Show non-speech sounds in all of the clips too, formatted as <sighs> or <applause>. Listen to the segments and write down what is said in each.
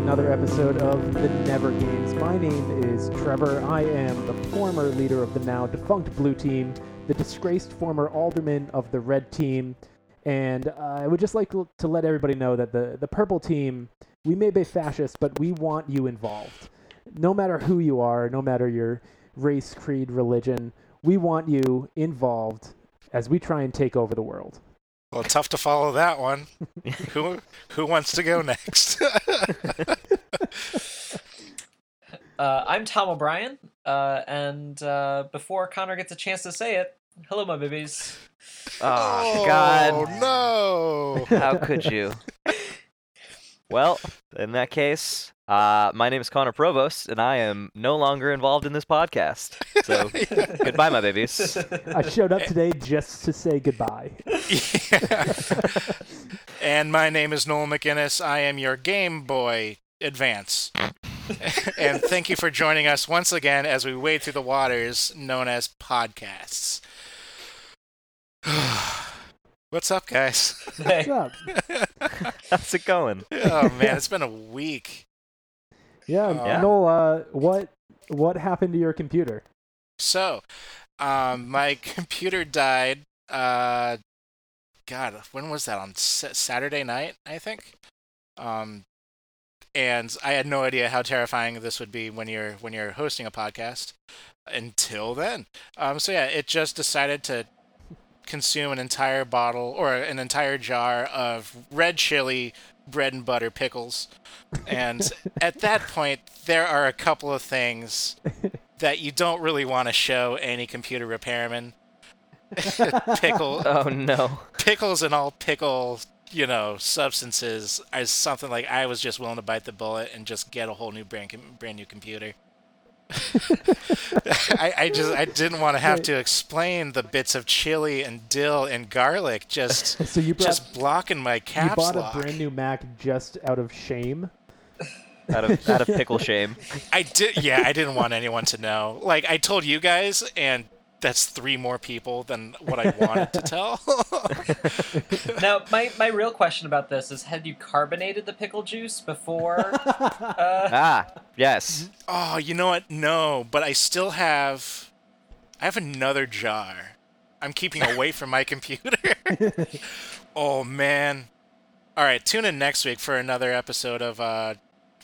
another episode of The Never Games. My name is Trevor. I am the former leader of the now defunct Blue Team, the disgraced former alderman of the Red Team, and uh, I would just like to to let everybody know that the, the Purple Team, we may be fascist, but we want you involved. No matter who you are, no matter your race, creed, religion, we want you involved as we try and take over the world. Well, tough to follow that one. who who wants to go next? Uh, I'm Tom O'Brien, uh, and uh, before Connor gets a chance to say it, hello, <laughs> my babies. oh Oh, <laughs> God! no! How could you? well, in that case, uh, my name is Connor Provost, and I am no longer involved in this podcast. So goodbye, my babies. <laughs> I showed up today just to say goodbye. <laughs> Yeah. and my name is Noel McInnes. I am your Game Boy Advance. <laughs> and thank you for joining us once again as we wade through the waters known as podcasts. <sighs> What's up, guys? Hey, What's up? How's it going? Oh man, it's been a week. Yeah, Yeah. Noel, uh, what what happened to your computer? So, um, my computer died. Uh, God, when was that? On Sa- Saturday night, I think. Um, and I had no idea how terrifying this would be when you're when you're hosting a podcast. Until then, um, so yeah, it just decided to consume an entire bottle or an entire jar of red chili bread and butter pickles. And at that point, there are a couple of things that you don't really want to show any computer repairman. <laughs> Pickle, Oh no! pickles and all pickle, you know, substances is something like I was just willing to bite the bullet and just get a whole new brand com- brand new computer. <laughs> I, I just I didn't want to have to explain the bits of chili and dill and <laughs> garlic just So you brought, just blocking my you caps bought lock. a brand new Mac just out of shame. <laughs> Out of out of pickle shame. I did. Yeah, I didn't want anyone to know. Like I told you guys, and that's three more people than what I <laughs> wanted to tell. <laughs> now, my, my real question about this is: Had you carbonated the pickle <laughs> juice before? Uh, <laughs> Ah, yes. oh, you know what? No, but I still have. I have another jar. I'm keeping away from my computer. <laughs> oh man! All right, tune in next week for another episode of uh,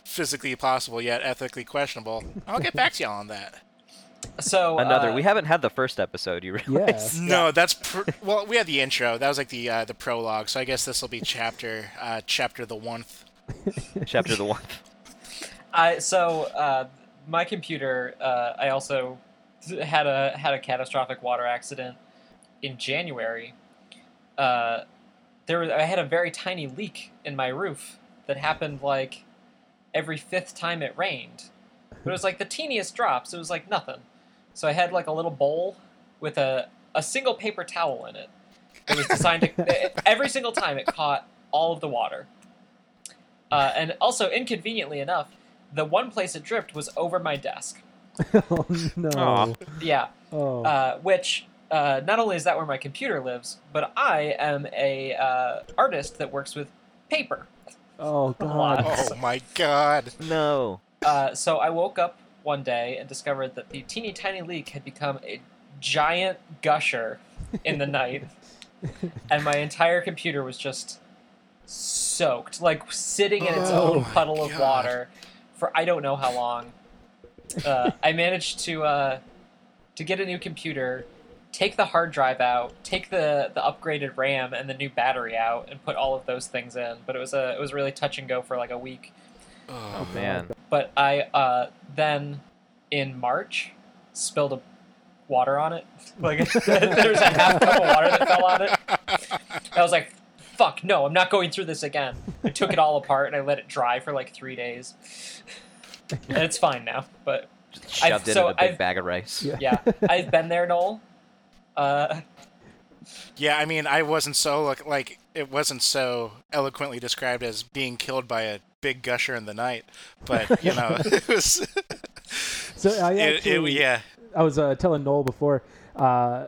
physically possible yet ethically questionable. I'll get back to y'all on that. so Another. uh, we haven't had the first episode. You realize? <laughs> No, that's pr- well. We had the intro. That was like the uh, the prologue. So I guess this will be chapter uh, chapter the one. Chapter the one. I so uh, my computer. Uh, I also had a had a catastrophic water accident in January. Uh, there was I had a very tiny leak in my roof that happened like every fifth time it rained, but it was like the teeniest drops. It was like nothing. So I had like a little bowl with a a single paper towel in it. It was designed to <laughs> every single time it caught all of the water. Uh, and also, inconveniently enough, the one place it dripped was over my desk. oh no. Aw. Yeah, Oh. uh, which uh, not only is that where my computer lives, but I am a uh, artist that works with paper. oh god. Oh my god! No. Uh, so I woke up one day and discovered that the teeny tiny leak had become a giant gusher in <laughs> the night, and my entire computer was just soaked, like sitting in its Oh own my puddle of God. water for I don't know how long. Uh, I managed to uh, to get a new computer, take the hard drive out, take the the upgraded RAM and the new battery out, and put all of those things in. But it was a it was really touch and go for like a week Oh, Oh man. but I uh, then in March spilled a water on it. <laughs> Like there was a half cup of water that fell on it. I was like, "Fuck no, I'm not going through this again." I took it all apart and I let it dry for like three days, and it's fine now. But Just shoved it so in a big I've- bag of rice. Yeah. yeah, I've been there, Noel. Uh, Yeah, I mean, I wasn't so like, like it wasn't so eloquently described as being killed by a big gusher in the night, but you <laughs> know, it was. <laughs> So I It, it, actually- yeah. I was uh, telling Noel before. Uh,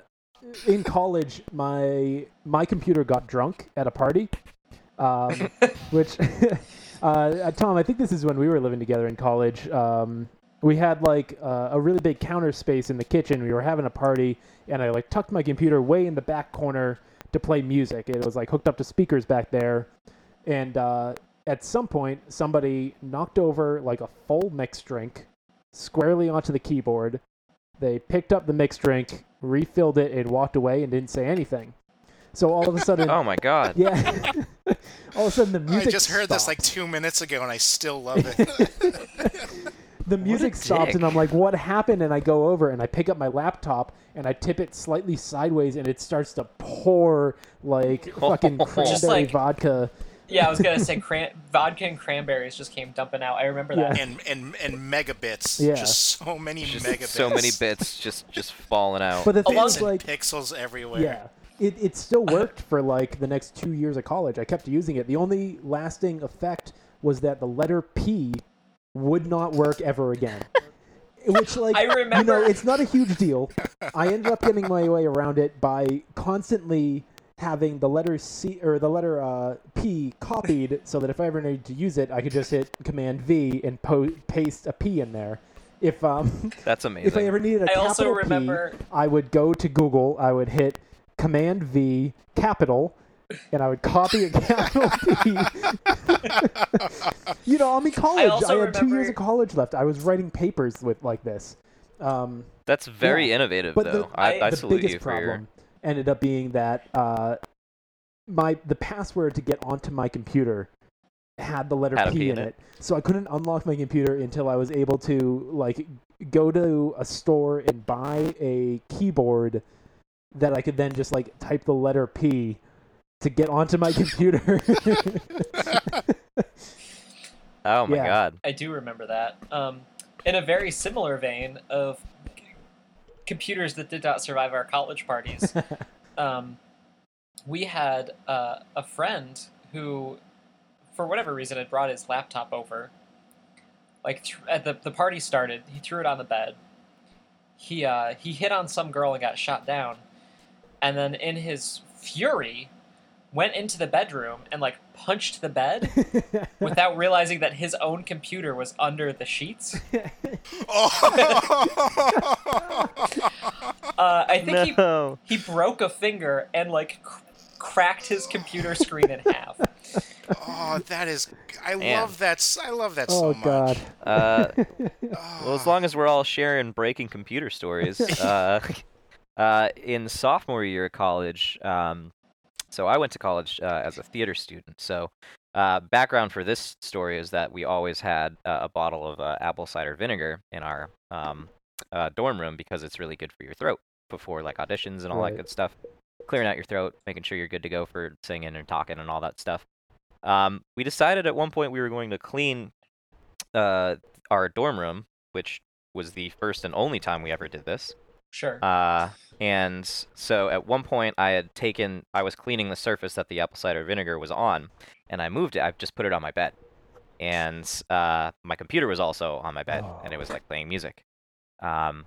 in college, my my computer got drunk at a party, um, which <laughs> Uh, uh, Tom, I think this is when we were living together in college. Um, we had like uh, a really big counter space in the kitchen. We were having a party, and I like tucked my computer way in the back corner to play music. It was like hooked up to speakers back there, and uh, at some point, somebody knocked over like a full mixed drink squarely onto the keyboard. They picked up the mixed drink, refilled it, and walked away and didn't say anything. So all of a sudden, Oh my god. <laughs> yeah, all of a sudden the I music. just heard this like stopped. two minutes ago, and I still love <laughs> it. the music stops and I'm like, what happened? And I go over and I pick up my laptop and I tip it slightly sideways and it starts to pour <laughs> like fucking Just cranberry like- vodka. Yeah, I was gonna say cran- vodka and cranberries just came dumping out. I remember that. Yeah. and and and megabits. Yeah. Just so many Just megabits. so many bits just just falling out. But the thing Along- Bits is, and like, pixels everywhere. <laughs> yeah, it, it still worked for like the next two years of college. I kept using it. The only lasting effect was that the letter P would not work ever <laughs> again. Which, like, I you know, remember- it's not a huge deal. I ended up getting my way around it by constantly having the letter C or the letter uh, P copied, so that if I ever needed to use it, I could just hit Command V and po- paste a P in there. If um, That's amazing. if I ever needed a I capital also remember- P, I would go to Google. I would hit Command V capital, and I would copy a <laughs> capital P. <laughs> you know, I'm in college. I, also had two years remember- of college left. I was writing papers with like this. Um, That's very Yeah. innovative But though. the- I, I- I the salute biggest you for your problem ended up being that uh, my the password to get onto my computer had the letter Had a P, in it. so I couldn't unlock my computer until I was able to like go to a store and buy a keyboard that I could then just like type the letter P to get onto my <laughs> computer. Oh my Yeah. god. I do remember that. Um, in a very similar vein of c- computers that did not survive our college parties, um, we had uh, a friend who, for whatever reason, had brought his laptop over. Like th- at the the party started, he threw it on the bed. He uh, he hit on some girl and got shot down, and then in his fury, went into the bedroom and like punched the bed without realizing that his own computer was under the sheets. Oh. Uh, I think No. he, he broke a finger and like cr- cracked his computer screen in half. oh, that is. I Man. love that. s- I love that so oh much. god. Uh, well, as long as we're all sharing breaking computer stories, uh, uh, in sophomore year of college, um, so I went to college uh, as a theater student. So, uh, background for this story is that we always had uh, a bottle of uh, apple cider vinegar in our um, uh, dorm room because it's really good for your throat before like auditions and all Right. that good stuff, clearing out your throat, making sure you're good to go for singing and talking and all that stuff. Um, we decided at one point we were going to clean uh, our dorm room, which was the first and only time we ever did this. Sure. Uh, and so at one point, I had taken, I was cleaning the surface that the apple cider vinegar was on, and I moved it. I just put it on my bed, and uh, my computer was also on my bed, and it was like playing music. Um,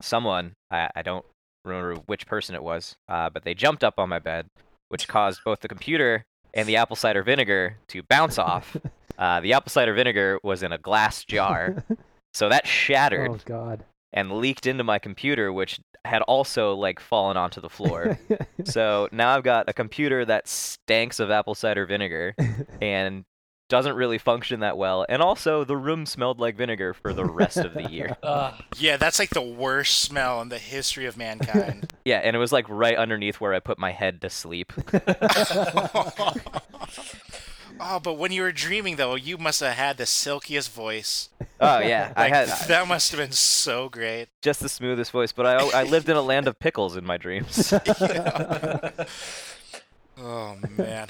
someone, I, I don't remember which person it was, uh, but they jumped up on my bed, which caused both the computer and the apple cider vinegar to <laughs> bounce off. Uh, the apple cider vinegar was in a glass jar, so that shattered Oh god. and leaked into my computer, which had also like fallen onto the floor. so now I've got a computer that stinks of apple cider vinegar and doesn't really function that well. And also, the room smelled like vinegar for the rest of <laughs> the year. Ugh. yeah, that's like the worst smell in the history of mankind. Yeah, and it was like right underneath where I put my head <laughs> to sleep. <laughs> oh, but when you were dreaming though, you must have had the silkiest voice. Oh yeah, I Like, had that must have been so great. <laughs> just the smoothest voice, but I I lived in a land of pickles in <laughs> my dreams. <laughs> Oh man.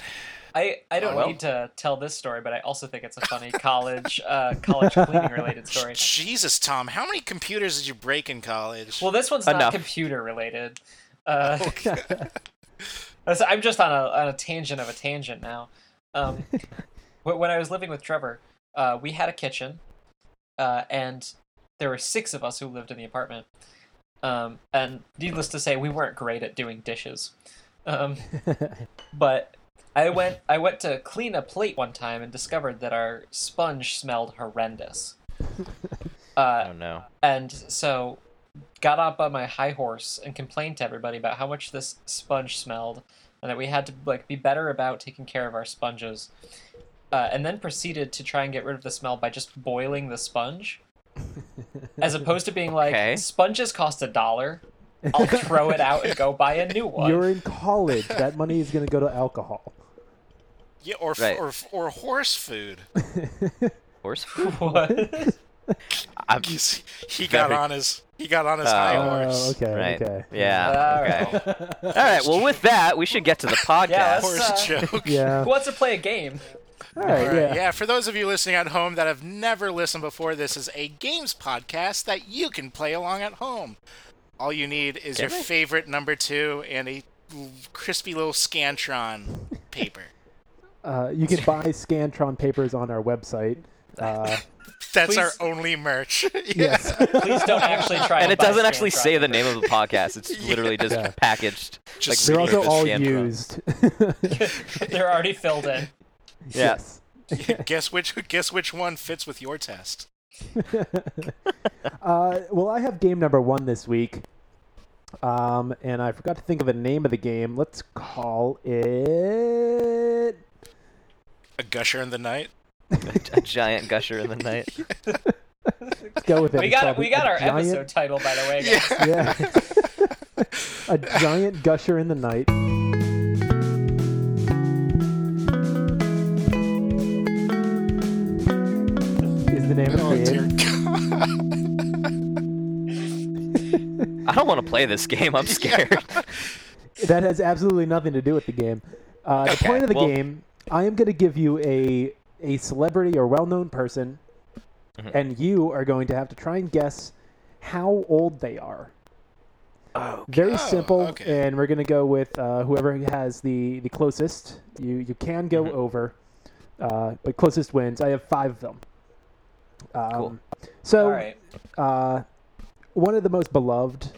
I, I don't well. need to tell this story, but I also think it's a funny college uh, college cleaning related <laughs> story. Jesus, Tom, how many computers did you break in college? Well, <laughs> this one's Enough. not computer related. Uh, so I'm just on a, on a tangent of a tangent now. Um, wh- when I was living with Trevor, uh, we had a kitchen, uh, and there were six of us who lived in the apartment. Um, and needless to say, we weren't great at doing dishes. Um, but I I went I went to clean a plate one time and discovered that our sponge smelled horrendous. Uh, Oh no. and so got up on my high horse and complained to everybody about how much this sponge smelled and that we had to like be better about taking care of our sponges uh, and then proceeded to try and get rid of the smell by just boiling <laughs> the sponge as opposed to being like Okay. sponges cost a dollar i'll throw it out and go buy a new <laughs> one You're in college. That money is going to go to alcohol. <laughs> Yeah, or f Right. or f- or horse food. <laughs> Horse food? <laughs> What? <laughs> I'm, He's- he got Very- on his he got on his Oh. high Oh, horse. okay. right. Okay. Yeah. Alright. Okay. All right. Well, with that, we should get to the <laughs> podcast. Yeah, let's- Horse joke. <laughs> Yeah. who wants to play a game All right. Alright, Yeah. for those of you listening at home that have never listened before, this is a games podcast that you can play along at home. All you need is your Really? favorite number two and a l- crispy little Scantron paper. Uh, you can buy Scantron papers on our website. Uh, That's our Please- only merch. <laughs> yes. <laughs> <laughs> please don't actually try And it buy doesn't actually Scantron. say the name of the podcast. It's literally just Yeah. packaged. Just- They're really also just all Scantron. used. <laughs> <laughs> <laughs> they're already filled in yes. <laughs> guess which guess which one fits with your test. Uh, well, I have game number one this week. Um, and I forgot to think of a name of the game. Let's call it. A gusher in the night. <laughs> A giant gusher in the night. Let's go with it. we It's got called we A got our Giant- episode title by the way guys. Yeah. <laughs> a giant gusher in the night. Is the name of Oh the <laughs> dear game. God. I don't want to play this game. I'm scared. That has absolutely nothing to do with the game. Uh, the Okay, point of the well- game, I am going to give you a a celebrity or well-known person, Mhm. and you are going to have to try and guess how old they are. Very Oh, simple, okay. and we're going to go with uh, whoever has the the closest. You you can go Mhm. over, uh, but closest wins. I have five of them. Um, Cool. So all right uh, one of the most beloved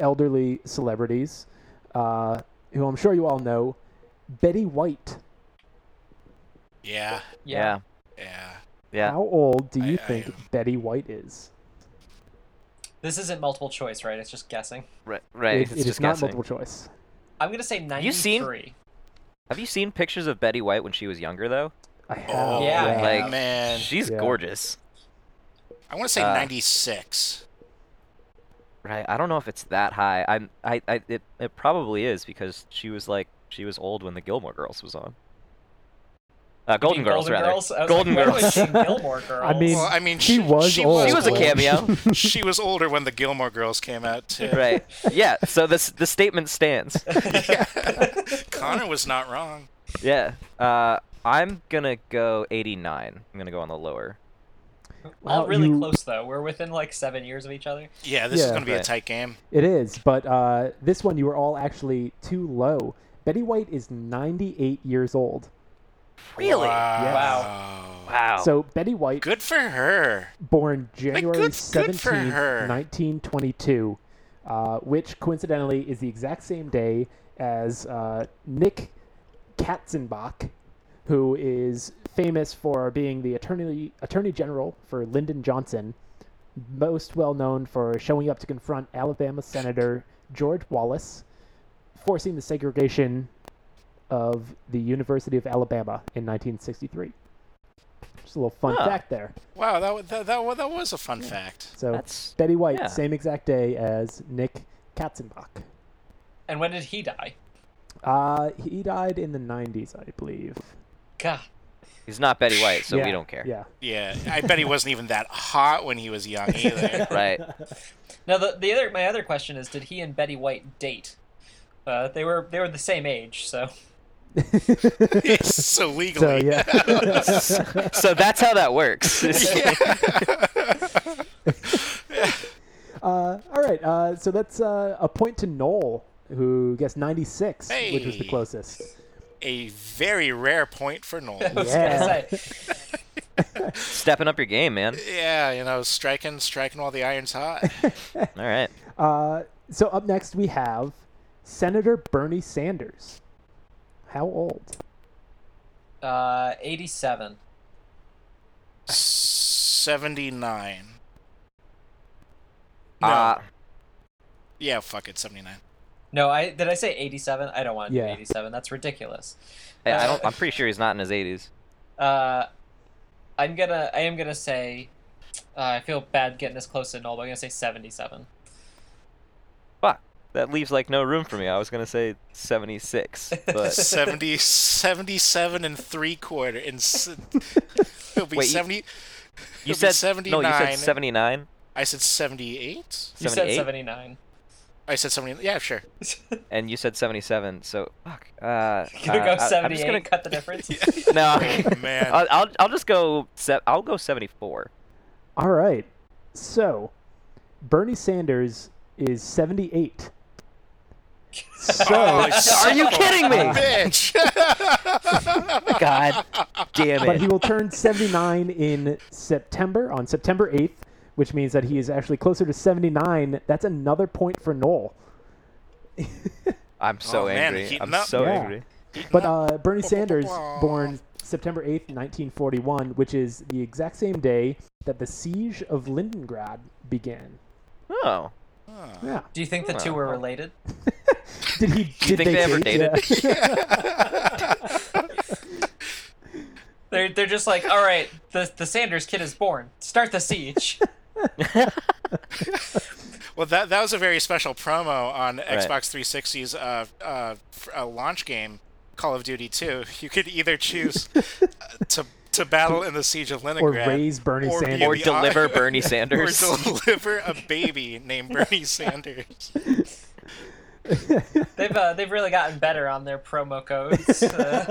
elderly celebrities, uh, who I'm sure you all know, Betty White. Yeah, yeah. Yeah. yeah. Yeah. How old do you I- I think am- Betty White is? This isn't multiple choice, right? It's just guessing. Right. Right. It- it's it is just not guessing. multiple choice. I'm gonna say 93. you seen- Have you seen pictures of Betty White when she was younger though? I have. Oh, Yeah. Like man. she's Yeah. gorgeous. I want to say Uh, 96. Right. I don't know if it's that high. I'm. I. I. It. It probably is because she was like she was old when the Gilmore Girls was on. Uh, Golden Girls, Golden rather. Girls? I was Golden like, where Girls. Was she <laughs> Gilmore Girls. mean- <laughs> Well, I mean, she she, was old. she was a <laughs> old. cameo. she was older when the Gilmore Girls came out too. right. Yeah. So this the statement stands. Connor was not wrong. Yeah. Uh, I'm gonna go 89. I'm gonna go on the lower. Wow, all really you- close though. We're within like seven years of each other. Yeah, this is Yeah. going to be a Right. tight game. It is, but uh, this one you were all actually too low. Betty White is 98 years old. Really? Wow. Wow. So Betty White, Good for her. born January good- good for 17th, her. 1922, uh, which coincidentally is the exact same day as uh, Nick Katzenbach, who is famous for being the attorney attorney general for Lyndon Johnson, most well known for showing up to confront Alabama Senator George Wallace, forcing the segregation of the University of Alabama in 1963. Just a little fun Huh. fact there. Wow, that wa- that that, wa- that was a fun fact. So That's Betty White, yeah. same exact day as Nick Katzenbach. And when did he die? Uh, he died in the 90s, I believe. God. he's not Betty White, so we Yeah, don't care. Yeah. Yeah, I bet he wasn't even that hot when he was young either. <laughs> <laughs> <laughs> Right. Now the, the other my other question is, did he and Betty White date? Uh, they were they were the same age, so <laughs> It's so legally. so yeah. <laughs> so that's how that works. uh, all right. Uh, so that's uh, a point to Noel, who guessed 96, which was the Hey. closest. A very rare point for I Noel. was Yeah. gonna say Stepping up your game, man. yeah, you know, striking, striking while the iron's hot. All right. Uh, so up next we have Senator Bernie Sanders. How old? Uh, 87. 79. No. Uh, yeah, fuck it, 79. No, I did I say 87? I don't want to Yeah. do 87. That's ridiculous. I, I don't. I'm pretty sure he's not in his 80s. Uh, I'm gonna. I am gonna say. Uh, I feel bad getting this close to null, but I'm gonna say 77. Fuck. That leaves like no room for me. I was gonna say <laughs> 76, but 70, 77 and three quarter. And s- <laughs> it'll be Wait, you- 70. you it'll be said No, you said 79. 79. I said 78? You said 78? 79. I said 70. Yeah, sure. and you said 77. So fuck. <laughs> Uh, gonna uh, go I- 78. I'm just gonna Cut the <laughs> difference. <laughs> no. Oh, <laughs> <laughs> Uh, Man. I'll, I'll I'll just go. Se- I'll go 74. All right. So, Bernie Sanders is <laughs> 78. So, Oh, Holy Oh, son you of a kidding me? Bitch. God damn but he it. will turn 79 in September, on September 8th, which means that he is actually closer to 79. That's another point for Noel. I'm so Oh, man, angry. he- I'm no- so Yeah. angry. But uh, Bernie Sanders, born September 8th, 1941, which is the exact same day that the siege of Leningrad began. Oh. Yeah. Do you think the two were related? Did he? you did think they ever date? Yeah. They're they're just like, all right, the the Sanders kid is born. Start the siege. <laughs> Well, that that was a very special promo on Xbox 360's uh, uh, f- uh, launch game, Call of Duty 2. <laughs> You could either choose uh, to to battle in the siege of Or Leningrad, raise Bernie or be Sanders. Or the- deliver <laughs> Bernie or Sanders. deliver a baby named Bernie Sanders. they've uh, they've really gotten better on their promo <laughs> codes. Uh,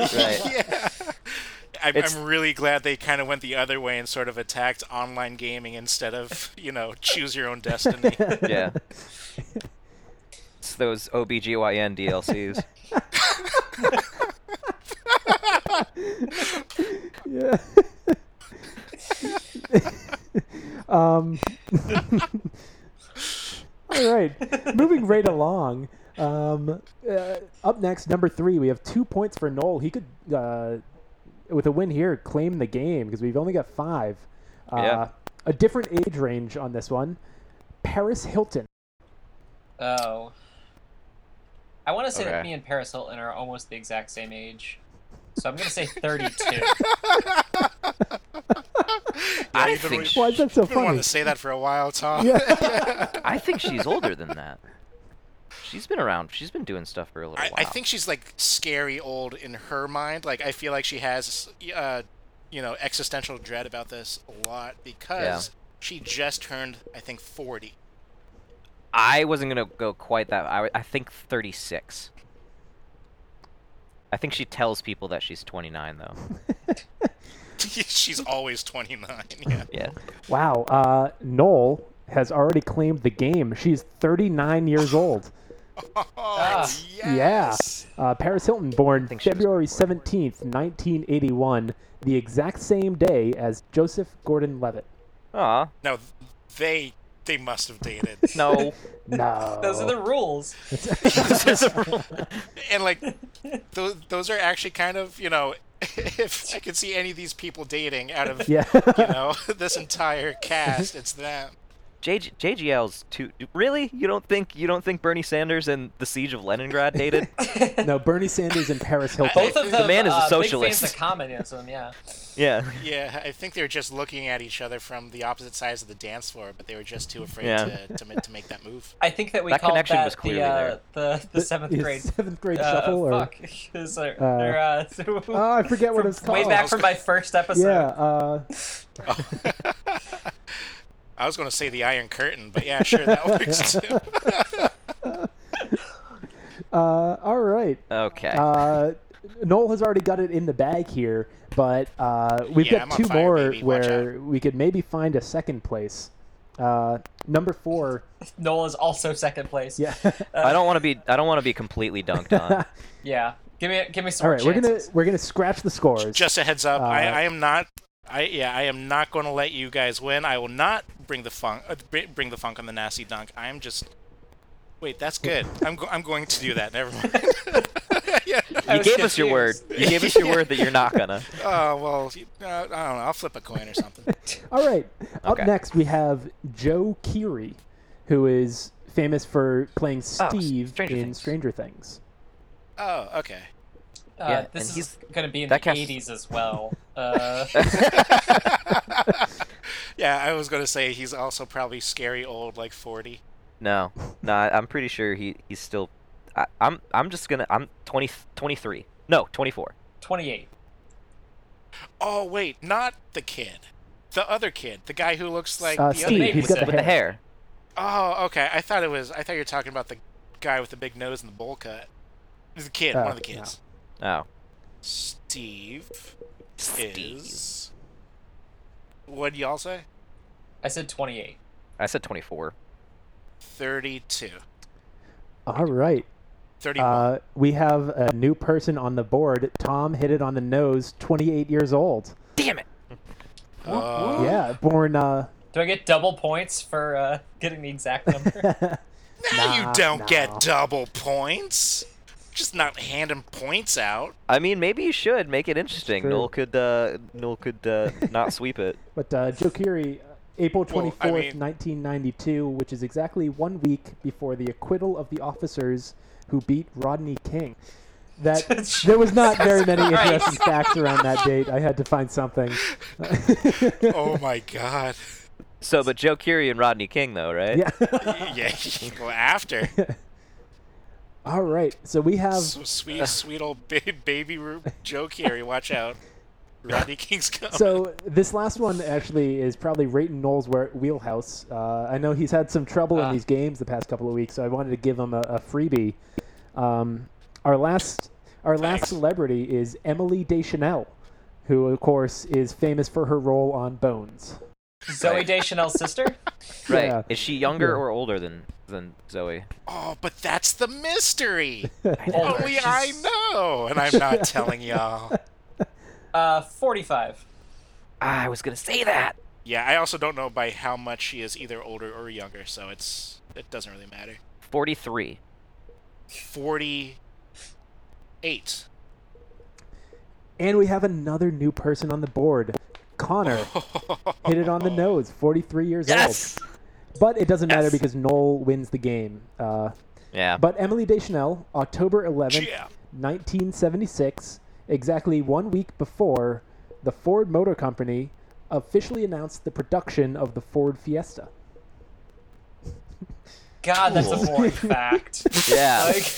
<laughs> right. <laughs> Yeah. I'm, It's- I'm really glad they kind of went the other way and sort of attacked online gaming instead of, you know, choose your own destiny. Yeah. It's those OBGYN DLCs. Yeah. <laughs> um, <laughs> all right. Moving right along. Um, uh, up next, number three, we have two points for Noel. He could, uh, with a win here, claim the game because we've only got five. Uh, Yeah. A different age range on this one. Paris Hilton. oh. I want to say that Okay. me and Paris Hilton are almost the exact same age, so I'm gonna say <laughs> 32. I you've been think wa- she- Why is that so I've been wanting funny? to say that for a while, Tom. I think she's older than that. She's been around. She's been doing stuff for a little I, while. I think she's like scary old in her mind. Like I feel like she has, uh, you know, existential dread about this a lot because she just turned, I think, forty. <laughs> I wasn't gonna go quite that. I, I think 36. I think she tells people that she's 29 though. she's always twenty nine. Yeah. <laughs> Yeah. Wow. Uh, Noel has already claimed the game. She's 39 years old. Oh, Ah. yes. Yeah. Uh, Paris Hilton, born think she was February 17th, 1981, the exact same day as Joseph Gordon Levitt. Aw. No, they they must have dated. No. No. <laughs> Those are the rules. <laughs> and like those those are actually kind of you know <laughs> if I could see any of these people dating out of Yeah. <laughs> you know <laughs> this entire cast, it's them. JG, JGL's too. Really? You don't think you don't think Bernie Sanders and the siege of Leningrad dated? no, Bernie Sanders and Paris Hilton. Both of The them. man is a uh, Big fans socialist. of communism. Yeah. yeah. Yeah, I think they're just looking at each other from the opposite sides of the dance floor, but they were just too afraid Yeah. to, to, ma- to make that move. <laughs> I think that we That called connection that was clearly the, uh, there. the the seventh Is grade. Seventh grade uh, shuffle? Or... fuck. <laughs> Is there- there, uh, <laughs> <laughs> Oh, I forget what it's way called. back from my first episode. Yeah. Uh, I was going to say the Iron Curtain, but yeah, sure, that works too. uh, all right. Okay. Uh, Noel has already got it in the bag here, but uh, we've Yeah, got I'm on two fire, more baby. Watch where we could maybe find a second place. Uh, number four. Noel is also second place. <laughs> Yeah. <laughs> I don't want to be. I don't want to be completely dunked on. Yeah. Give me give me some All more right, we're gonna chances. we're gonna scratch the scores. Just a heads up, I, Uh, I am not. I yeah, I am not going to let you guys win. I will not bring the funk, uh, br- bring the funk on the nasty dunk. I am just. Wait, that's good. I'm go- I'm going to do that. Never mind. <laughs> yeah. I you was gave us your word. confused. You gave us your word that you're not gonna. Oh well, you- uh, I don't know. I'll flip a coin or something. All right. Up Okay. next, we have Joe Keery, who is famous for playing Oh, Steve Stranger in Things. Stranger Things. Oh, okay. <laughs> Uh, Yeah, this and is going to be in the that cast- 80s as well. Uh, <laughs> yeah, I was gonna say he's also probably scary old, like forty. No, no, I- I'm pretty sure he he's still. I, I'm I'm just gonna. I'm 20, 23. No, 24. 28. Oh wait, not the kid, the other kid, the guy who looks like Uh, the Steve, other. name he's was got it. the With the hair. hair. Oh, okay. I thought it was. I thought you were talking about the guy with the big nose and the bowl cut. It was a kid, one of the Oh, yeah. kids. Oh. Steve, Steve. is. What do y'all say? I said 28. I said 24. Thirty-two. All right. Thirty-one. Uh, we have a new person on the board. Tom hit it on the nose, 28 years old. Damn it. Oh. Yeah, born. Uh, <laughs> Do I get double points for uh, getting the exact <laughs> number? Now Nah, you don't nah. get double points. Just not handing points out. I mean, maybe you should make it interesting. true. Noel could uh, Noel could uh, not sweep it. but uh, Joe Keery, uh, April Well, I 24th, mean- 1992, which is exactly one week before the acquittal of the officers who beat Rodney King. <laughs> That there was not very many Christ. interesting facts around that date. I had to find something. <laughs> oh my god. So, but Joe Curie and Rodney King, though, right? <laughs> Yeah. <laughs> yeah. Well, after All right. So we have so sweet, sweet old ba- baby Ru- Joe Carey, watch <laughs> out. Rodney King's coming. So this last one actually is probably Rayton Knoll's where- wheelhouse. Uh, I know he's had some trouble Ah. in these games the past couple of weeks, so I wanted to give him a, a freebie. Um, our last, our last Thanks. celebrity is Emily Deschanel, who of course is famous for her role on Bones. Zoe Deschanel's <laughs> sister? Right. Yeah. Is she younger Yeah. or older than than Zoe? oh, but that's the mystery. Older. Only She's, Oh, I know, and I'm <laughs> not telling y'all. Uh, 45. Ah, I was gonna say that. Yeah, I also don't know by how much she is either older or younger, so it's it doesn't really matter. 43. Forty-eight. <laughs> And we have another new person on the board. Connor hit it on the nose, 43 years old. But it doesn't matter Yes. because Knoll wins the game. Uh, Yeah. But Emily Deschanel, October 11th, Yeah. 1976, exactly one week before the Ford Motor Company officially announced the production of the Ford Fiesta. God, that's a <laughs> Cool. boring fact. yeah. Like,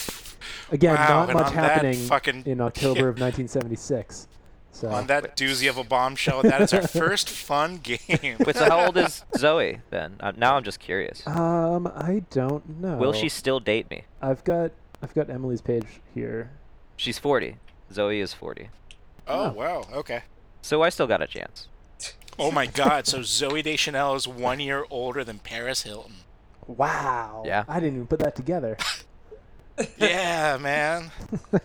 Again, Wow, not and much on that happening fucking- <laughs> in October of 1976. So On that doozy of a bombshell, that <laughs> is our first fun game. Wait, so how old is Zoe then? Uh, now I'm just curious. um I don't know. Will she still date me? I've got I've got Emily's page here. She's 40. Zoe is 40. <laughs> Oh, wow. Okay. So I still got a chance. Oh my God! So Zoe Deschanel is one year older than Paris Hilton. Wow. Yeah. I didn't even put that together. <laughs> Yeah, <laughs> man.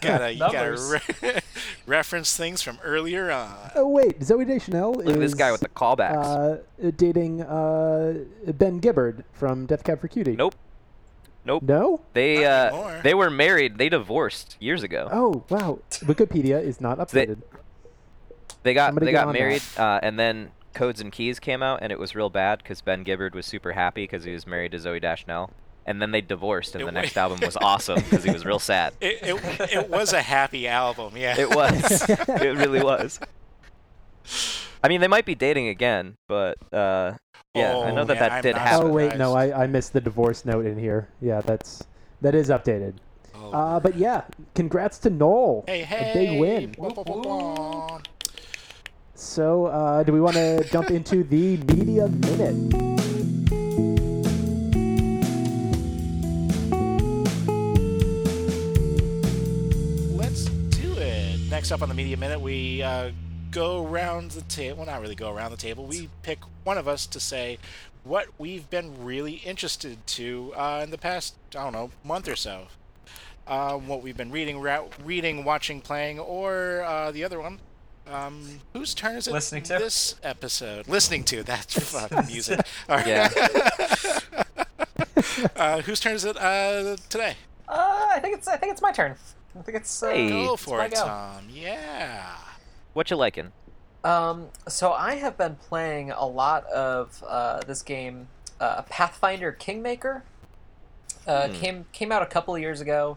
Gotta you gotta Numbers. re- <laughs> reference things from earlier on. Oh wait, Zoe Deschanel Look at this guy with the callbacks. uh, dating uh, Ben Gibbard from Death Cab for Cutie. nope. Nope. No? Not They uh, anymore. they were married. They divorced years ago. Oh wow, Wikipedia is not They- updated. They got Somebody they get got on that. married, uh, and then Codes and Keys came out, and it was real bad because Ben Gibbard was super happy because he was married to Zoe Dashnell, and then they divorced, and No the way. next album was awesome because he was <laughs> real sad. It, it, it was a happy album, yeah. It was, it really was. I mean, they might be dating again, but uh, yeah, I Oh, know that man, that I'm did not Oh happen. wait, no, Surprised. I, I missed the divorce note in here. Yeah, that's that is updated. Oh. Uh, but yeah, congrats to Noel. <laughs> hey, hey! A big win. Wah, wah, wah, wah. So, uh, do we want to jump into the media minute? Let's do it. Next up on the Media Minute, we uh, go around the table. Well, not really go around the table. We pick one of us to say what we've been really interested to uh, in the past, I don't know, month or so. Um, what we've been reading, ra- reading, watching, playing, or uh, the other one. Um, whose turn is it? Listening to. this episode. Listening to that's <laughs> fucking music. All right. Yeah. uh, whose turn is it uh, today? uh, I think it's I think it's my turn. I think it's uh, Hey. Go It's for my it, go. Tom. Yeah. What you liking? Um, so I have been playing a lot of uh, this game, uh, Pathfinder Kingmaker. Uh, Hmm. Came came out a couple of years ago.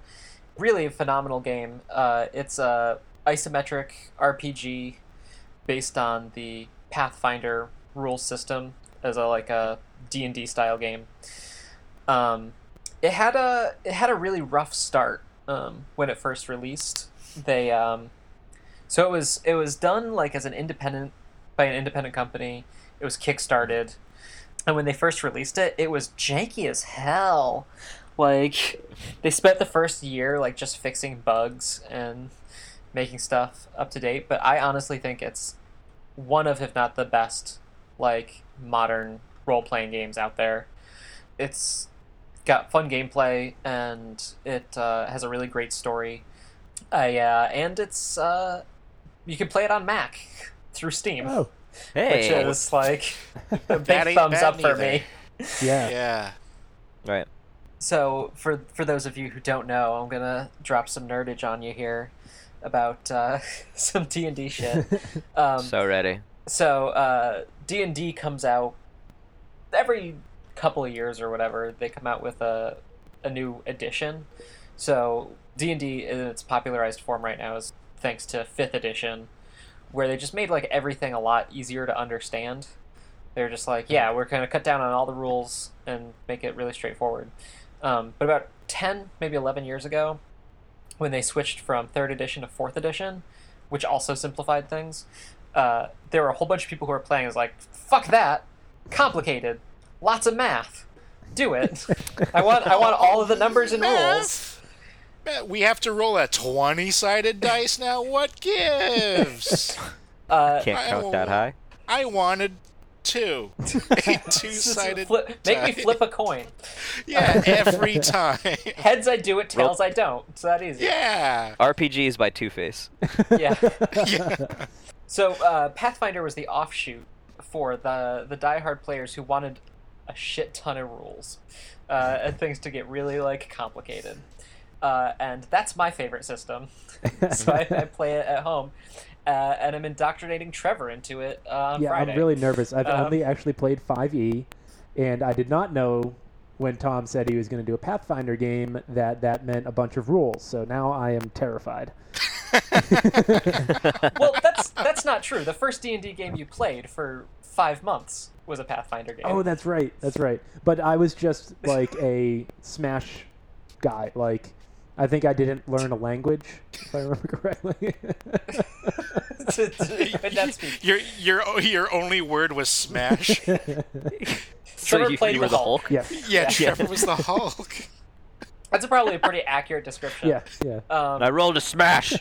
Really a phenomenal game. Uh, it's a isometric RPG based on the Pathfinder rule system as a like a D and D style game. Um, it had a it had a really rough start um, when it first released. They um, so it was it was done like as an independent by an independent company. It was kickstarted, and when they first released it, it was janky as hell. Like they spent the first year like just fixing bugs and making stuff up to date. But I honestly think it's one of, if not the best, like modern role playing games out there. It's got fun gameplay and it uh, has a really great story. Uh, yeah, and it's uh, you can play it on Mac <laughs> through Steam, Oh, Hey. which is like <laughs> a big That ain't thumbs bad up for neither. me. yeah. Yeah. right. So for for those of you who don't know, I'm gonna drop some nerdage on you here about uh, <laughs> some D and D shit. <laughs> Um, so ready. so uh d&d comes out every couple of years or whatever they come out with a, a new edition so d&d in its popularized form right now is thanks to fifth edition where they just made like everything a lot easier to understand they're just like yeah we're going to cut down on all the rules and make it really straightforward um, but about 10 maybe 11 years ago when they switched from third edition to fourth edition which also simplified things uh, there were a whole bunch of people who were playing. It was like, fuck that, complicated, lots of math, do it. I want, I want all of the numbers and rules. Math? Ma- We have to roll a 20 sided dice now? What gives? Uh, Can't I- count that high. I wanted two. two sided. flip, make me flip a coin. Yeah, every time. <laughs> Heads, I do it. Tails, I don't. It's that easy. yeah. RPGs by Two Face. yeah. <laughs> yeah. So uh, Pathfinder was the offshoot for the the diehard players who wanted a shit ton of rules uh, and things to get really like complicated. Uh, and that's my favorite system. <laughs> so I, I play it at home, uh, and I'm indoctrinating Trevor into it uh, on yeah, Friday. I'm really nervous. I've Um, only actually played 5e, and I did not know when Tom said he was going to do a Pathfinder game that that meant a bunch of rules. So now I am terrified. well. That's that's not true. The first D and D game you played for five months was a Pathfinder game. Oh, that's right. That's right. But I was just like a Smash guy. Like, I think I didn't learn a language, if I remember <laughs> correctly. You could not speak. Your your your only word was smash. yeah, So Trevor you, played you were the the Hulk. Hulk. yes. Trevor was the Hulk. That's probably a pretty accurate description. Yeah. Yeah. Um, And I rolled a smash.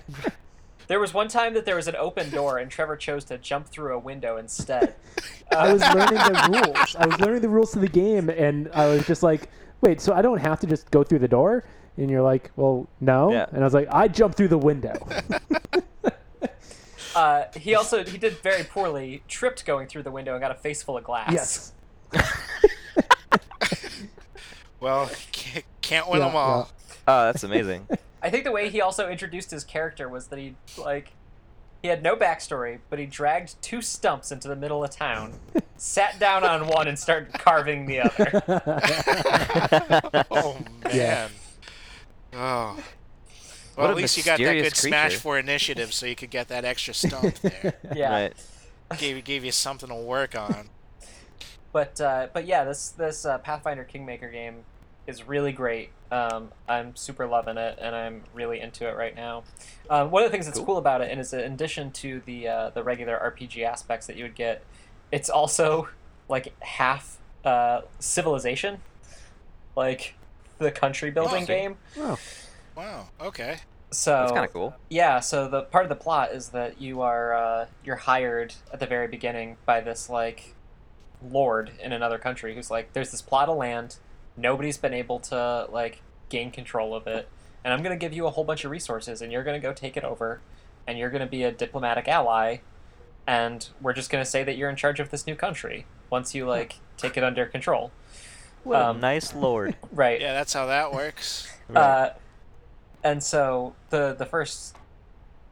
There was one time that there was an open door and Trevor chose to jump through a window instead. I was learning the rules. I was learning the rules to the game, and I was just like, "Wait, so I don't have to just go through the door?" And you're like, "Well, no." Yeah. And I was like, "I jumped through the <laughs> window." Uh, he also he did very poorly, tripped going through the window and got a face full of glass. yes. Well, can't, can't win Yeah, them all. <laughs> Oh, that's <laughs> amazing. <laughs> I think the way he also introduced his character was that he like he had no backstory, but he dragged two stumps into the middle of town, sat down on one and started carving the other. <laughs> Oh man. Yeah. Oh. What Well, a at least you got that good mysterious smash creature. for initiative, so you could get that extra stump <laughs> there. Yeah. Right. gave gave you something to work on. But uh, but yeah, this this uh, Pathfinder Kingmaker game is really great. Um, I'm super loving it, and I'm really into it right now. Um, one of the things that's cool, about it, and is in addition to the uh, the regular RPG aspects that you would get, it's also like half uh, Civilization, like the country building Interesting. game. Oh, Wow. Okay. So That's kind of cool. yeah, so the part of the plot is that you are uh, you're hired at the very beginning by this like lord in another country who's like, there's this plot of land, nobody's been able to like gain control of it, and I'm gonna give you a whole bunch of resources, and you're gonna go take it over, and you're gonna be a diplomatic ally, and we're just gonna say that you're in charge of this new country once you like take it under control, What a Um, nice lord. <laughs> right? Yeah, that's how that works. Uh, and so the the first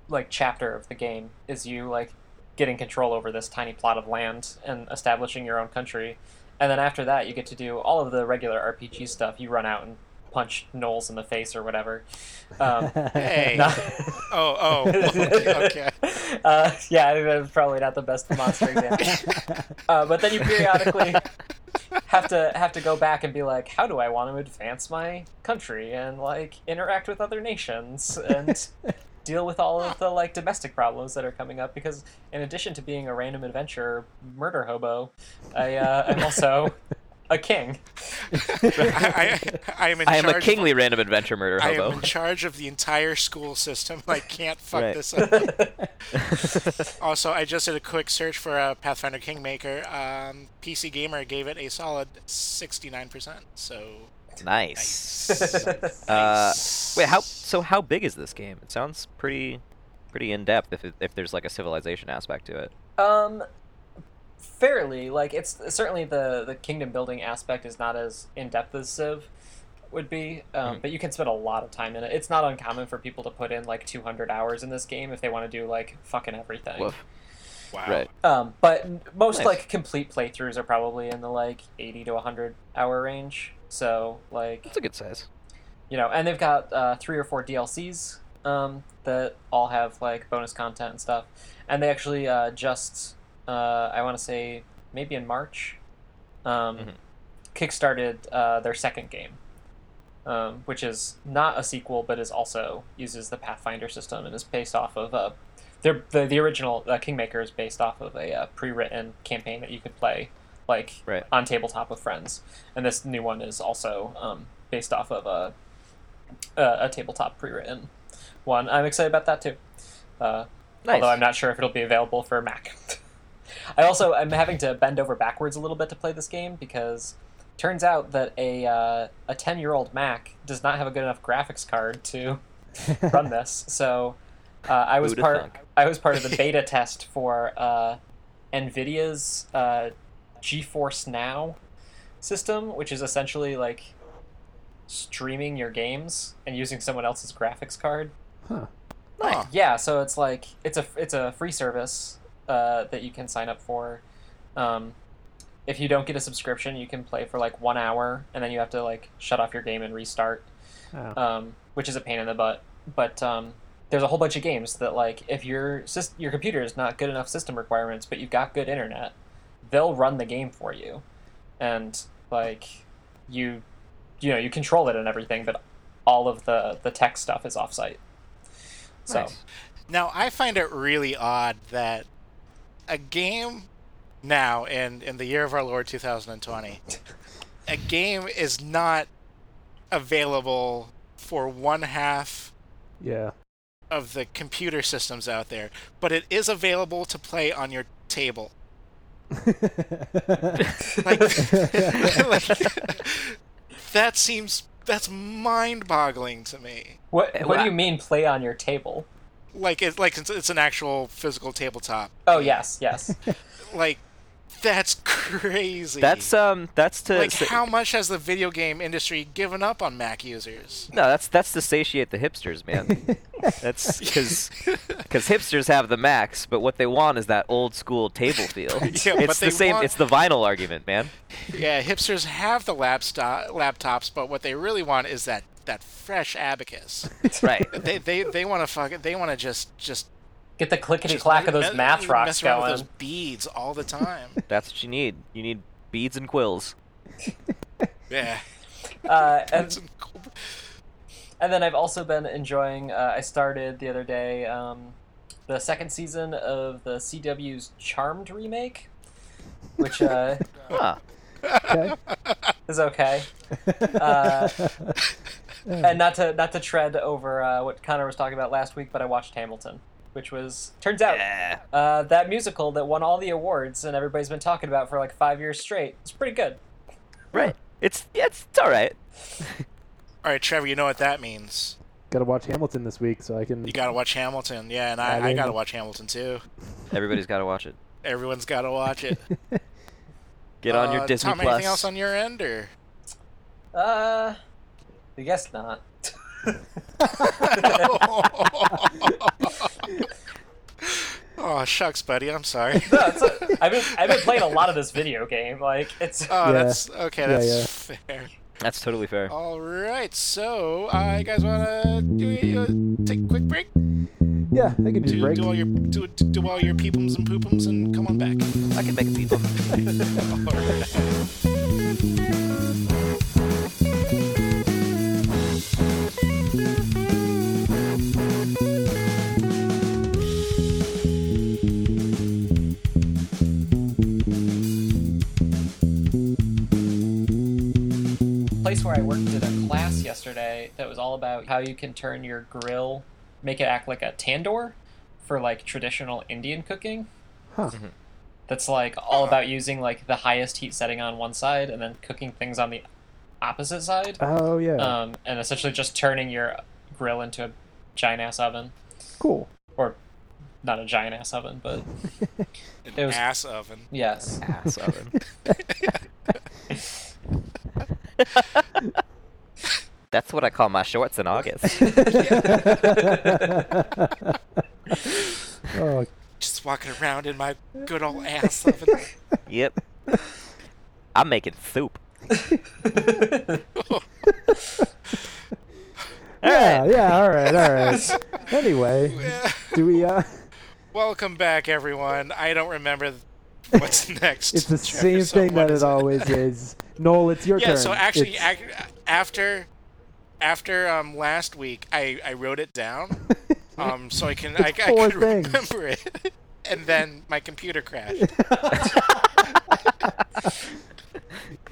like chapter of the game is you like getting control over this tiny plot of land and establishing your own country and then after that you get to do all of the regular rpg stuff you run out and punch knolls in the face or whatever um, <laughs> Hey. not- Oh, oh, okay. uh, yeah, I think that's probably not the best monster example. uh, but then you periodically have to have to go back and be like, how do I want to advance my country and like interact with other nations and deal with all of the like domestic problems that are coming up? Because in addition to being a random adventure murder hobo, I uh, am also a king. I, I, I am in I am charge a kingly random adventure murder I am hobo. in charge of the entire school system. <laughs> and I can't fuck Right. this up. <laughs> also, I just did a quick search for uh, Pathfinder Kingmaker. Um, PC Gamer gave it a solid 69%. So nice. nice. Uh, Nice. Wait, how? So how big is this game? It sounds pretty, pretty in depth. If it, if there's like a civilization aspect to it. Um, fairly. Like it's certainly the the kingdom building aspect is not as in depth as Civ would be, um, Mhm. but you can spend a lot of time in it. It's not uncommon for people to put in like 200 hours in this game if they want to do like fucking everything. Woof. Wow. Right. Um, but n- most Nice. like complete playthroughs are probably in the like 80 to 100 hour range. So like That's a good size. you know, and they've got uh, three or four DLCs um, that all have like bonus content and stuff. And they actually uh, just, uh, I want to say, maybe in March, um, Mhm. kickstarted uh, their second game, um, which is not a sequel, but is also uses the Pathfinder system and is based off of uh, their the the original uh, Kingmaker is based off of a uh, pre-written campaign that you could play like Right. on tabletop with friends, and this new one is also um, based off of a a, a tabletop pre-written one. I'm excited about that too. Uh, Nice. Although I'm not sure if it'll be available for Mac. <laughs> I also I'm having to bend over backwards a little bit to play this game because turns out that a uh, a 10 year old Mac does not have a good enough graphics card to run this. So uh, I was Who'da part thunk? I was part of <laughs> the beta test for uh, Nvidia's uh, GeForce Now system, which is essentially like streaming your games and using someone else's graphics card. Huh. Nice. Yeah, so it's like it's a it's a free service uh, that you can sign up for. Um, if you don't get a subscription, you can play for like one hour, and then you have to like shut off your game and restart <laughs> Oh. um, which is a pain in the butt. But um, there's a whole bunch of games that like if your sys- your computer is not good enough system requirements, but you've got good internet, they'll run the game for you, and like you you know you control it and everything, but all of the the tech stuff is offsite. So Nice. Now, I find it really odd that a game now, in, in the year of our Lord 2020, a game is not available for one half Yeah. <laughs> of the computer systems out there, but it is available to play on your table. Like, <laughs> like, <laughs> that seems that's mind-boggling to me. what what well, do you mean play on your table? Like it's like it's, it's an actual physical tabletop. Oh yes, <laughs> yes. Like that's <laughs> crazy. That's um. That's to. like sa- how much has the video game industry given up on Mac <laughs> users? No, that's that's to satiate the hipsters, <laughs> man. <laughs> that's because hipsters have the max, but what they want is that old <laughs> school table feel. Yeah, it's but the they same. want- It's the vinyl <laughs> argument, man. Yeah, hipsters have the lapsto- laptops, but what they really want is that that fresh <laughs> abacus. Right. they they they want to fuck it. They want to just just Get the clickety just clack of me- those me- math rocks mess around going. With those beads all the <laughs> time. That's what you need. You need beads and quills. yeah. <laughs> Uh, and That's inc- And then I've also been enjoying. Uh, I started the other day um, the second season of the CW's Charmed remake, which <laughs> uh, Huh. Okay. is okay. Uh, and not to not to tread over uh, what Connor was talking about last week, but I watched Hamilton, which was turns Oh. out Yeah. uh, that musical that won all the awards and everybody's been talking about for like five years straight. It's pretty good. Right. It's yeah, it's, it's all right. All right, Trevor, you know what that means. Got to watch Hamilton this week so I can. You gotta watch Hamilton. Yeah, and I I, I, didn't. gotta watch Hamilton too. Everybody's got to watch it. Everyone's gotta watch <laughs> it. Get on your Uh, Disney Tom, <laughs> Plus. anything else on your end, or Uh, I guess not. <laughs> <laughs> oh shucks, buddy. I'm sorry. <laughs> No, it's a, I've been I've been playing a lot of this video game. Like it's Oh, Yeah. that's okay. Yeah, That's fair. That's totally fair. All right. So, uh, you guys wanna do you, uh, take a quick break? Yeah, I can just Do, break. do all your do do all your peepums and poopums and come on back. I can make a people. All right. place where I worked did a class yesterday that was all about how you can turn your grill, make it act like a tandoor for like traditional Indian cooking. Huh. That's like all about using like the highest heat setting on one side and then cooking things on the opposite side. Oh yeah, Um, and essentially just turning your grill into a giant ass oven. <laughs> cool. <laughs> Or not a giant ass oven, but An It was- ass oven. yes. Ass oven. <laughs> That's what I call my shorts in <laughs> August. Oh, Just walking around in my good old ass oven. <laughs> Yep. I'm making soup. yeah, yeah. All right, all <laughs> right. Anyway, do we? uh <laughs> Welcome back, everyone. I don't remember th- <laughs> what's next. It's the same Jefferson. thing What that is it always is. Noel, it's your Yeah. turn. So actually, It's- ac- after after um last week, I I wrote it <laughs> down, um, so I can <laughs> I, I It's four could things. remember it, and then my computer crashed.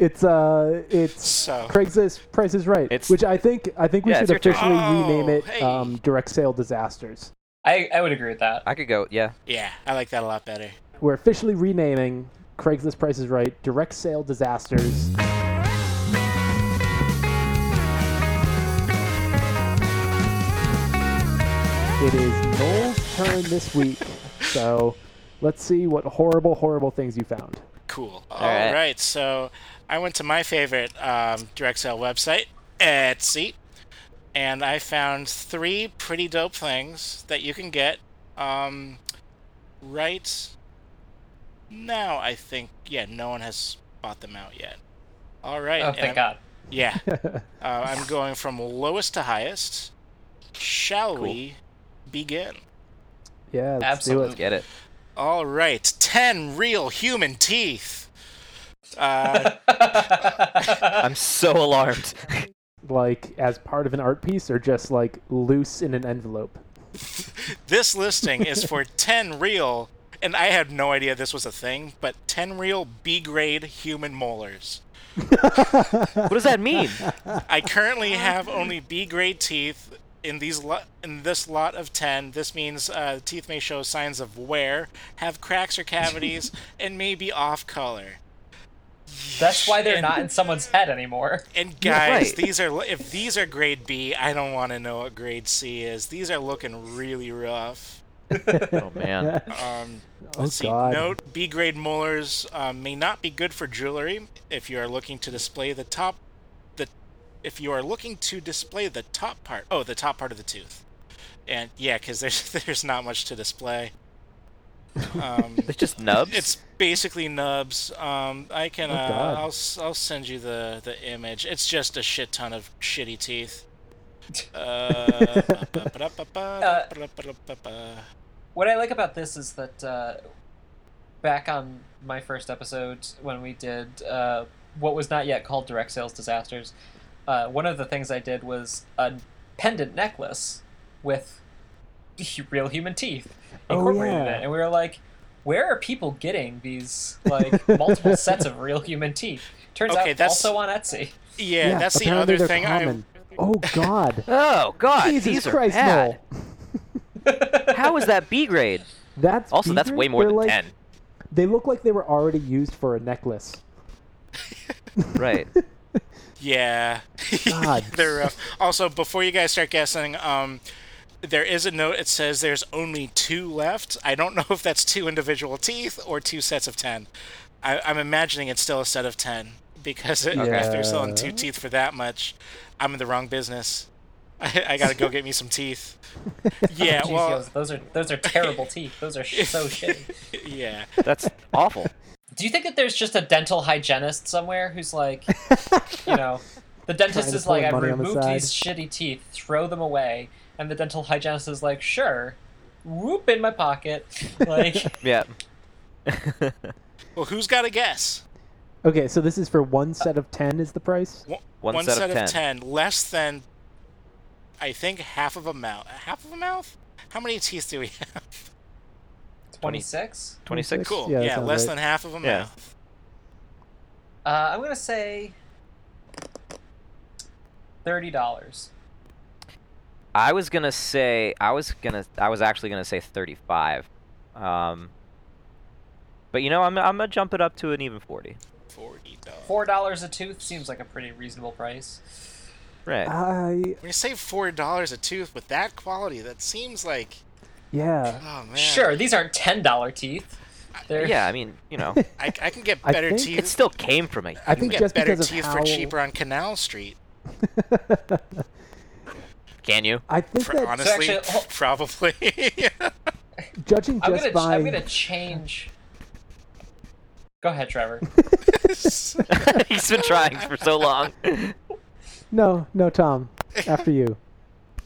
it's uh, it's So Craigslist Price is Right, It's- which I think I think we Yeah, should it's your turn. officially Oh, rename it hey. um, Direct Sale Disasters. I, I would agree with that. I could go. Yeah. yeah, I like that a lot better. We're officially renaming Craigslist Price is Right Direct Sale Disasters. It is Noel's turn this week, so let's see what horrible, horrible things you found. Cool. All right. right. So I went to my favorite um, direct sale website, Etsy, and I found three pretty dope things that you can get um, right now. I think yeah, no one has bought them out yet. All right. Oh, and I'm- thank God. <laughs> Yeah. uh, I'm going from lowest to highest. Shall we begin? Yeah, let's Absolutely. do Get it. All right. Ten real human teeth. Uh, I'm so alarmed. <laughs> it. Like as part of an art piece, or just like loose in an envelope. this listing is for 10 real and i had no idea this was a thing but 10 real b grade human molars what does that <laughs> mean? i currently have only b grade teeth in these lo- in this lot of 10 this means uh, teeth may show signs of wear have cracks or cavities and may be off color <laughs> That's why they're And- not in someone's head anymore. and Yeah, guys right. these are if these are grade b i don't want to know what grade c is these are looking really rough Oh man. Um, Oh, let's see. God. Note: B grade molars um, may not be good for jewelry if you are looking to display the top. The if you are looking to display the top part. Oh, the top part of the tooth. And yeah, because there's <laughs> there's not much to display. <laughs> Um, They're just nubs. it's basically nubs. Um, I can. Oh, uh, God. I'll s- I'll send you the the image. It's just a shit ton of shitty teeth. Uh, <laughs> What I like about this is that uh, back on my first episode when we did uh, what was not yet called direct sales disasters, uh, one of the things I did was a pendant necklace with <laughs> real human teeth Oh, incorporated in yeah. it, and we were like, where are people getting these like <laughs> multiple sets of real human teeth? Turns Okay, out that's- also on Etsy. yeah, that's the apparently other they're thing. I Ah, common. Oh <laughs> God! oh God. Jesus these are Christ, bad. Noel. How is that B grade? That's Also, that's beaver? way more They're than like- ten. They look like they were already used for a <laughs> necklace. Right. Yeah. God. They're rough. Also, before you guys start guessing, um, there is a note. It says there's only two left. I don't <laughs> know if that's two individual teeth or two sets of ten. I, I'm imagining it's still a set of ten because it, if they're selling two Yeah. teeth for that much, I'm in the wrong business. <laughs> I, I gotta go get me some <laughs> teeth. Yeah, <laughs> Jeez, well, Yost, those are those are terrible teeth. Those are sh- <laughs> so shitty. yeah. That's awful. Do you think that there's just a dental hygienist somewhere who's <laughs> like, you know, the Trying dentist to is like, pull I've money on the removed side." these shitty teeth, throw them away, and the dental hygienist is like, sure, whoop in <laughs> my pocket, like. Yeah. Well, who's got a guess? Okay, so this is for one set of ten is the price. One, One set of 10. less than, I think, half of a mouth. Half of a mouth? How many teeth do we <laughs> have? 26 26? Cool. Yeah, Yeah, that sounds less right. than half of a Yeah. mouth. uh, i'm gonna say $30 I was gonna say I was gonna I was actually gonna say 35, um, but you know I'm I'm gonna jump it up to an even 40. Forty dollars. four dollars a tooth seems like a pretty reasonable price Right. Ah. I When you say four dollars a tooth with that quality, that seems like yeah. oh man. sure these aren't $10 teeth They're... yeah. I mean, <laughs> you know, I, I can get I better think- teeth. it still came from a I I can think get just better because of teeth how for cheaper on Canal Street. Can you? <laughs> <laughs> I think For, that honestly, <laughs> actually- oh. hol- probably. judging I'm just gonna, by I'm gonna change. Go ahead, Trevor. <laughs> He's been trying for so long. <laughs> no no Tom after you.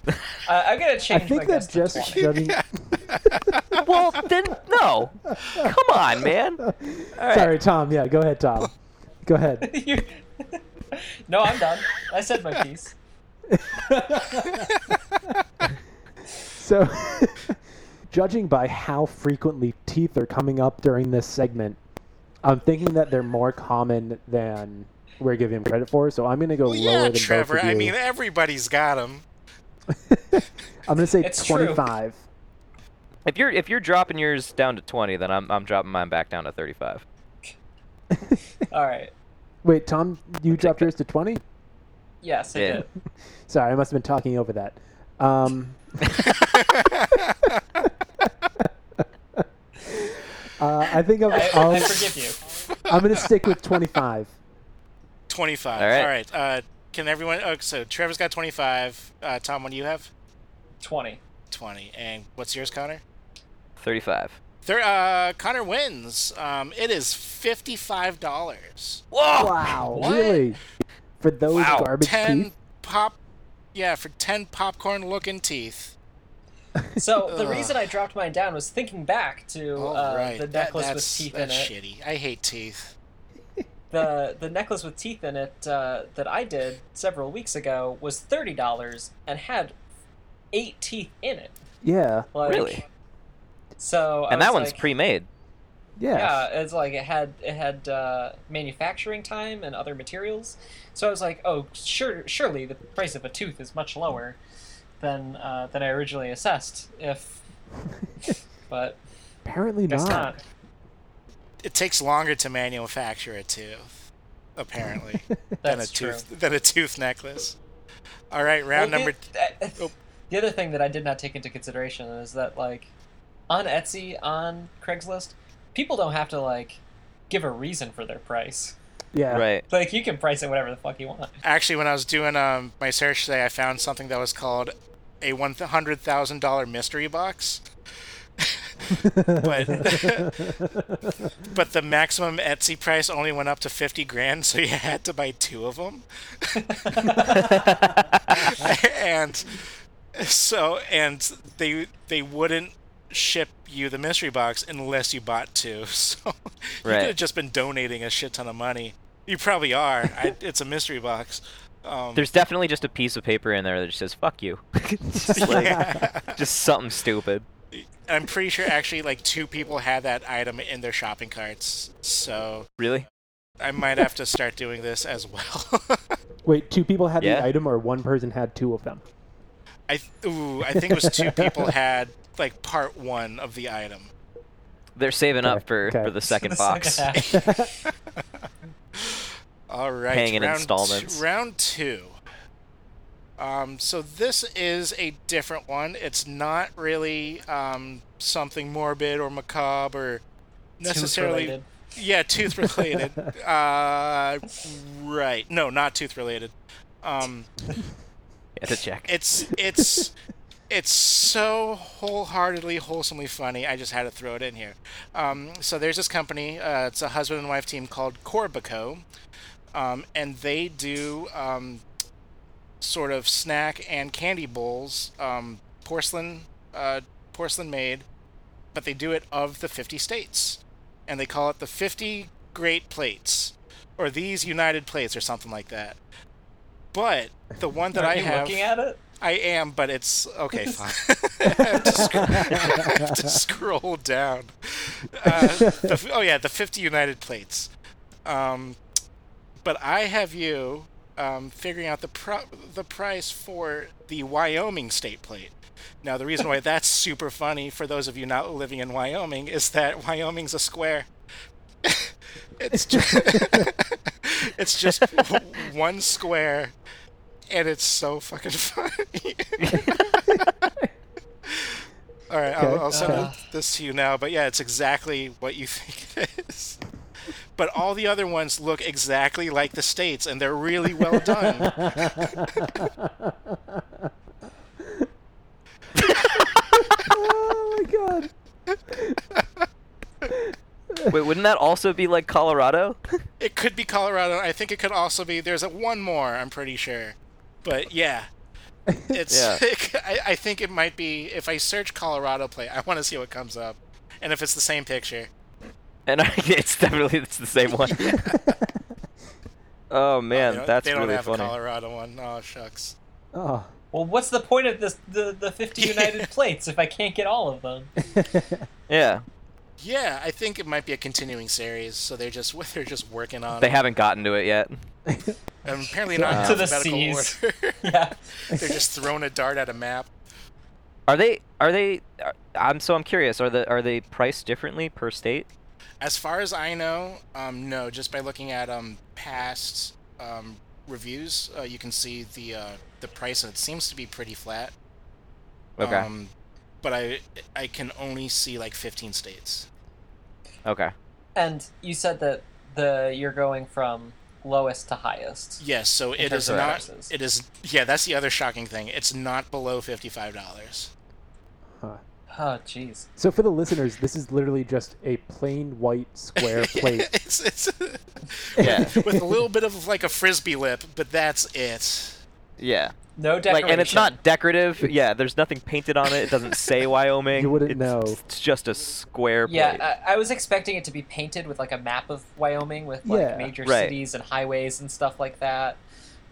Uh, I'm gonna I change. my think guess that to just 20. judging. <laughs> <laughs> well, then no. Come on, man. All right. Sorry Tom. Yeah, go ahead Tom. Go ahead. You- <laughs> no, I'm done. I said my piece. So, <laughs> judging by how frequently teeth are coming up during this segment, I'm thinking that they're more common than we're giving credit for. So I'm going to go well, lower yeah, than Trevor. both of you. I mean, everybody's got them. I'm going to say It's true. 25. If you're if you're dropping yours down to 20, then I'm I'm dropping mine back down to 35. All right. Wait, Tom, you <laughs> dropped yours to 20? Yes, I Yeah. did. Sorry, I must have been talking over that. Um, uh, I think I'm, I, I'll, I forgive you. I'm going to stick with 25. <laughs> Twenty-five. All right. Uh, can everyone? Oh, so Trevor's got twenty-five. Uh, Tom, what do you have? Twenty. Twenty. And what's yours, Connor? 35. Thir- uh, Connor wins. Um, it is fifty-five dollars. Whoa! Wow, What? really? For those Wow, garbage Ten teeth? pop. Yeah, for ten popcorn-looking teeth. So the Ugh. reason I dropped mine down was thinking back to Oh. All uh, right. the That- necklace with that's, teeth in it. that's shitty. I hate teeth. The the necklace with teeth in it uh, that I did several weeks ago was thirty dollars and had eight teeth in it. Yeah, Like, Really? So I And that was one's like, pre-made. yeah. Yeah, it's like it had it had uh, manufacturing time and other materials. So I was like, oh, sure, surely the price of a tooth is much lower than uh, than I originally assessed. <laughs> If, but Apparently it's not. not. It takes longer to manufacture a tooth, <laughs> apparently, than a That's true. tooth than a tooth necklace. All right, round Well, number. The, Oh. the other thing that I did not take into consideration is that like on Etsy, on Craigslist, people don't have to like give a reason for their price. Yeah. Right. Like you can price it whatever the fuck you want. Actually, when I was doing um, my search today, I found something that was called a one hundred thousand dollar mystery box. but <laughs> but the maximum Etsy price only went up to fifty grand, so you had to buy two of them. and so and they they wouldn't ship you the mystery box unless you bought two. <laughs> So you Right. could have just been donating a shit ton of money. You probably are. I, it's a mystery box. Um, There's definitely just a piece of paper in there that just says "fuck you," <laughs> <laughs> just, like, yeah. just something stupid. I'm pretty sure actually like two people had that item in their shopping carts. So Really? I might have to start doing this as well. <laughs> Wait, two people had Yeah. the item, or one person had two of them? I th- ooh, I think it was two <laughs> people had like part one of the item. They're saving Okay, up for, okay. for <laughs> the second The <laughs> box. second half. All right. Paying in round t- installments. round two. Um, so this is a different one. It's not really um, something morbid or macabre or necessarily. Tooth-related. Yeah, tooth related. uh, right. No, not tooth related. Um, had to check. It's it's it's so wholeheartedly, wholesomely funny. I just had to throw it in here. Um, so there's this company. Uh, it's a husband and wife team called Corbico, um, and they do um, sort of snack and candy bowls, um, porcelain uh, porcelain made, but they do it of the 50 states, and they call it the 50 Great Plates, or these United Plates, or something like that. But the one that Are I you have. looking at it? I am, but it's okay. Fine. <laughs> I, have to sc- I have to scroll down. Uh, the, f- oh yeah, the fifty United plates. Um, but I have you um, figuring out the pro- the price for the Wyoming state plate. Now, the reason why that's super funny for those of you not living in Wyoming is that <laughs> Wyoming's a square. it's just <laughs> it's just w- one square, and it's so fucking funny. <laughs> All right, I'll, Okay. I'll send Uh. this to you now. But yeah, it's exactly what you <laughs> think it is. But all the other ones look exactly like the states, and they're really well done. <laughs> oh my god. <laughs> Wait, wouldn't that also be <laughs> like Colorado? It could be Colorado. I think it could also be. There's a, one more. I'm pretty sure. But yeah, <laughs> it's. <laughs> Yeah. I, I think it might be. If I search Colorado plate, I want to see what comes up, and if it's the same picture. And I, it's definitely it's the same <laughs> one. Oh man, they don't, that's they don't really have funny. a Colorado one. Oh shucks. Oh. <laughs> Well, what's the point of this the the fifty <laughs> United plates if I can't get all of them? Yeah, Yeah, I think it might be a continuing series. So they're just <laughs> they're just working on. they it. haven't gotten to it yet. And apparently not in <laughs> To the alphabetical Cs. order. <laughs> Yeah. they're just throwing a dart at a map. Are they? Are they? Are, I'm so I'm curious. Are the are they priced differently per state? As far as I know, um, no. Just by looking at um, past um, reviews, uh, you can see the uh, the price, and it seems to be pretty flat. Okay. Um, but I I can only see like 15 states. okay. And you said that the you're going from lowest to highest. Yes, so it terms is of not. prices. It is yeah. That's the other shocking thing. It's not below 55 dollars. Huh. Oh, jeez. So for the listeners, this is literally just a plain white square plate. <laughs> it's it's Yeah. with a little bit of like a frisbee lip, but that's it. <laughs> Yeah. No decoration. Like, and it's not decorative. Yeah, there's nothing painted on it. It doesn't say Wyoming. You wouldn't it's, know. It's just a square plate. Yeah, uh, I, I was expecting it to be painted with like a map of Wyoming with like Yeah. major Right. cities and highways and stuff like that.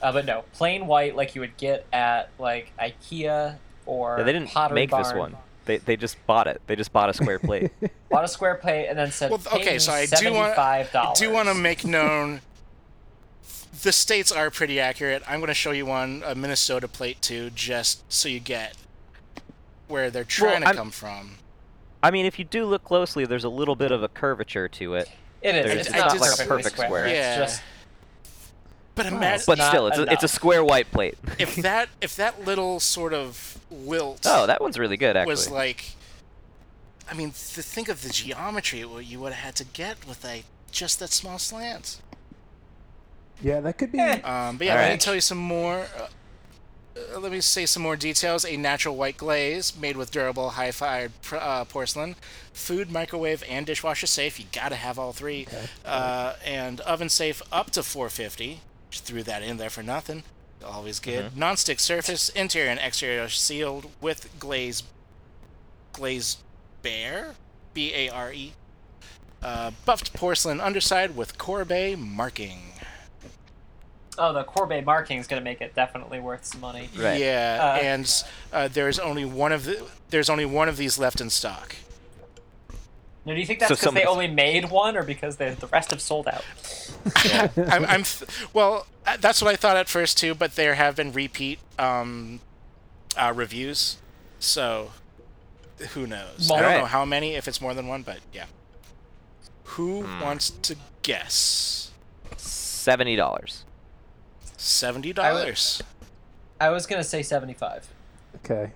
Uh, but no, plain white like you would get at like IKEA or Yeah, they didn't Pottery make this Barn. one. They they just bought it. They just bought a square plate. Bought a square plate and then said, Well, "Pay okay, me so I do wanna- seventy-five dollars." do want to make known the states are pretty accurate. I'm going to show you one, a Minnesota plate too, just so you get where they're trying to I'm- come from. I mean, if you do look closely, there's a little bit of a curvature to it. It is. There's- It's, it's not not like like a perfect square. Yeah. It's just But Wow. imagine But Not still, it's a, it's a enough. square white plate. <laughs> <laughs> if that if that little sort of lilt oh, that one's really good actually. was like, I mean, th- think of the geometry what you would have had to get with a just that small slant. <laughs> yeah, that could be. Eh. Um, but yeah, All let me right. tell you some more. Uh, uh, let me say some more details. A natural white glaze made with durable, high-fired pr- uh, porcelain. Food, microwave, and dishwasher safe. You gotta have all three. Uh, and oven safe up to 450. Just threw that in there for nothing. Always good. Mm-hmm. Non-stick surface, interior and exterior are sealed with glaze. Glaze bare, B A R E. Uh, buffed porcelain underside with Corbe marking. Oh, the Corbet marking is going to make it definitely worth some money. Right. Yeah, Uh, and uh, there's only one of the, there's only one of these left in stock. Now, do you think that's So because some- they only made one, or because they, the rest have sold out? <laughs> I'm, I'm th- well, uh, that's what I thought at first too, but there have been repeat um, uh, reviews, so who knows? I don't Alright. know how many, if it's more than one, but yeah. Who wants to guess? Seventy dollars. Seventy dollars. I was going to say seventy-five. <laughs> Okay.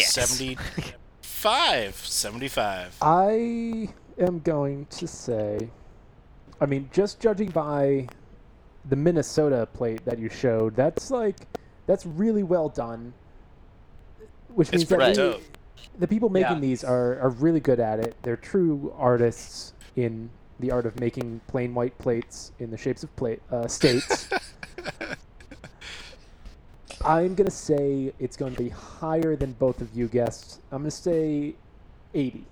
Seventy five. Seventy five. I am going to say, I mean, just judging by the Minnesota plate that you showed, that's like That's really well done. Which It's means that pretty Right. they- dope. the people making Yeah. these are, are really good at it. They're true artists in the art of making plain white plates in the shapes of plate uh, states. I'm gonna say it's going to be higher than both of you guessed. I'm gonna say 80.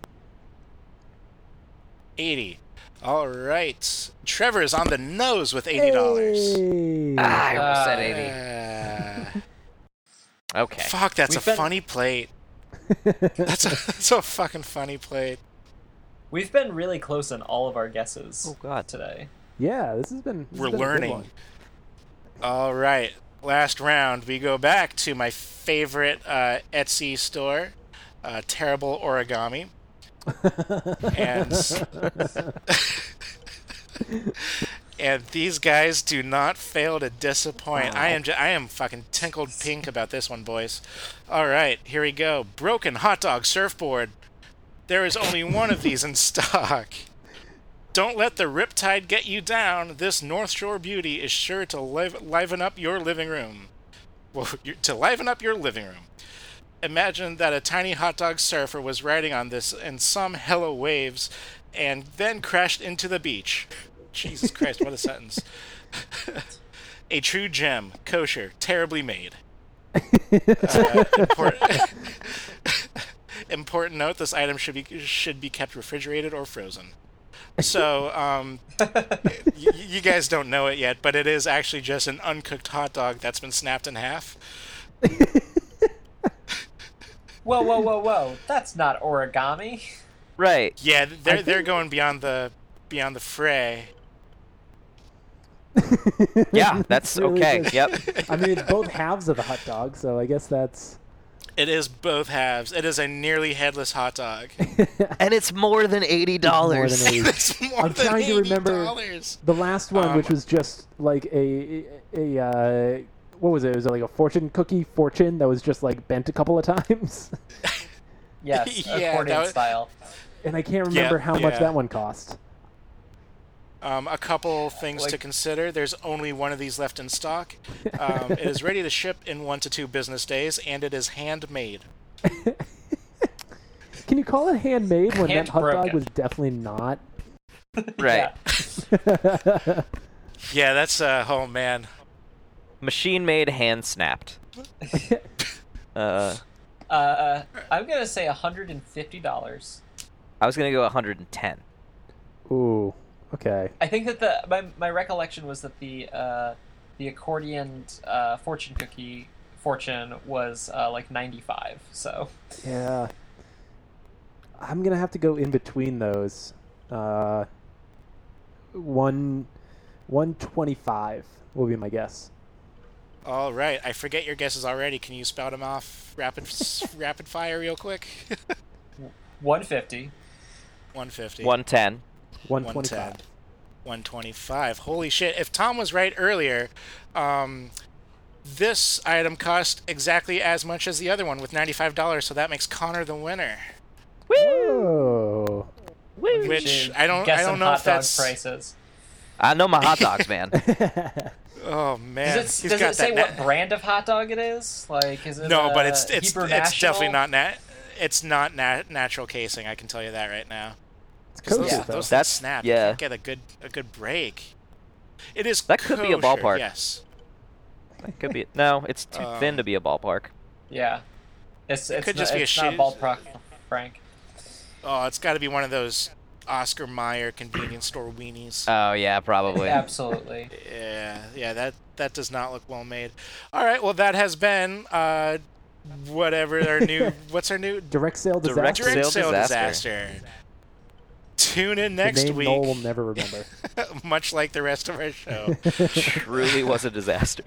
80. All right. Trevor is on the nose with $80. Hey. Ah, I almost said Uh, <laughs> eighty. Ah, Okay. fuck, that's We've a been- funny plate. That's a, that's a fucking funny plate. We've been really close in all of our guesses Oh god. today. yeah, this has been. this We're has been a good learning. one. All right. Last round, we go back to my favorite uh, Etsy store, uh, Terrible Origami. and <laughs> and these guys do not fail to disappoint. I am ju- I am fucking tinkled pink about this one, boys. All right, here we go. Broken hot dog surfboard. There is only one of these in stock. Don't let the riptide get you down. This North Shore beauty is sure to live- liven up your living room. Well, <laughs> your- to liven up your living room. Imagine that a tiny hot dog surfer was riding on this in some hello waves and then crashed into the beach. Jesus Christ, what a sentence. <laughs> a true gem, kosher, terribly made. Uh, import- <laughs> important note: This item should be should be kept refrigerated or frozen. So, um, y- you guys don't know it yet, but it is actually just an uncooked hot dog that's been snapped in half. Whoa, whoa, whoa, whoa! <laughs> That's not origami. Right. Yeah, they're they're think- going beyond the beyond the fray. Yeah, that's Really okay. good. Yep. I mean, it's both halves of a hot dog, so I guess that's. It is both halves. It is a nearly headless <laughs> hot dog. And it's more than eighty more than dollars. 80. It's more I'm than trying to remember- $80. The last one, Um, which was just like a a, uh, what was it? It was like a fortune cookie fortune that was just like bent a couple of times, <laughs> Yes, Yeah, accordion that was- style. and I can't remember how yeah. much that one cost. Um, a couple things to Like- consider. There's only one of these left in stock. Um, it is ready to ship in one to two business days, and it is handmade. Can you call it handmade when that hot dog Hand-broken. was definitely <laughs> not? Right. Yeah. Yeah, that's uh, oh man. Machine made, hand <laughs> snapped. uh, Uh, uh, I'm gonna say hundred and fifty dollars. I was gonna go 110. Ooh, okay. I think that the my, my recollection was that the uh, the accordion uh, fortune cookie fortune was uh, like ninety five. So Yeah, I'm gonna have to go in between those. Uh, one, one twenty-five will be my guess. All right, I forget your guesses already. Can you spout them off rapid <laughs> rapid fire real quick? <laughs> one fifty. 150. 110. One 110. twenty-five. 125. Holy shit. If Tom was right earlier, um, this item cost exactly as much as the other one with $95, so that makes Connor the winner. Oh. Which I don't I guessing don't know hot if that's dog prices. I know my hot dogs, <laughs> man. <laughs> Oh man. Does it, He's does got it say that what na- brand of hot dog it is? Like, is it No, uh, but it's it's Hebrew it's definitely National? not nat- it's not nat- natural casing, I can tell you that right now. 'Cause kosher, those, though. those things That's- snap. yeah. You can't get a good a good break. It is That could be a kosher, ballpark. Yes. That could be. No, it's too thin Um, to be a ballpark. Yeah, it's it's could not, just be a it's not shoe- ballpark, Frank. Oh, it's got to be one of those Oscar Mayer convenience store weenies. Oh yeah, probably. Absolutely. Yeah, yeah, that that does not look well made. All right, well that has been uh whatever our <laughs> new what's our new Direct sale disaster. Direct direct sale sale, disaster. disaster. Tune in The next name week, Noel will never <laughs> remember. <laughs> <laughs> much like the rest of our show. <laughs> Truly was a disaster.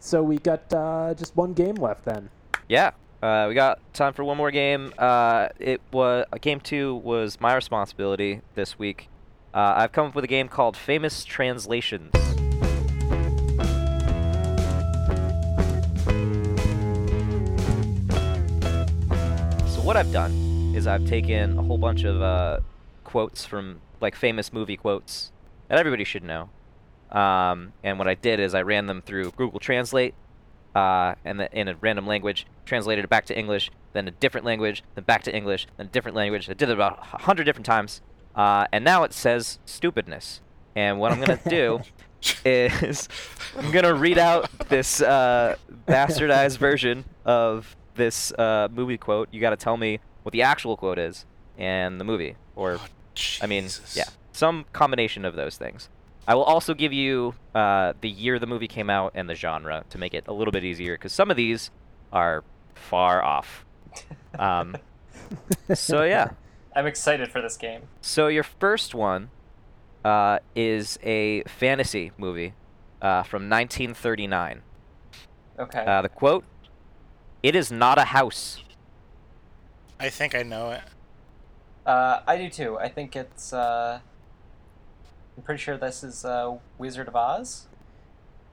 so we got uh, just one game left then. yeah. Uh, we got time for one more game. Uh, it was game two was my responsibility this week. Uh, I've come up with a game called Famous Translations. So what I've done is I've taken a whole bunch of uh, quotes from like famous movie quotes that everybody should know, Um, and what I did is I ran them through Google Translate, uh, and the, in a random language, translated it back to English, then a different language, then back to English, then a different language. I did it about a hundred different times, uh, and now it says stupidness. And what <laughs> I'm gonna do <laughs> is I'm gonna read out this uh, bastardized version of this uh, movie quote. You gotta tell me what the actual quote is and the movie, or I mean, yeah, some combination of those things. I will also give you uh, the year the movie came out and the genre to make it a little bit easier because some of these are far off. Um, so yeah, <laughs> I'm excited for this game. so your first one uh, is a fantasy movie uh, from 1939. Okay. Uh, the quote: "It is not a house." I think I know it. Uh, I do too. I think it's. Uh, I'm pretty sure this is uh, Wizard of Oz.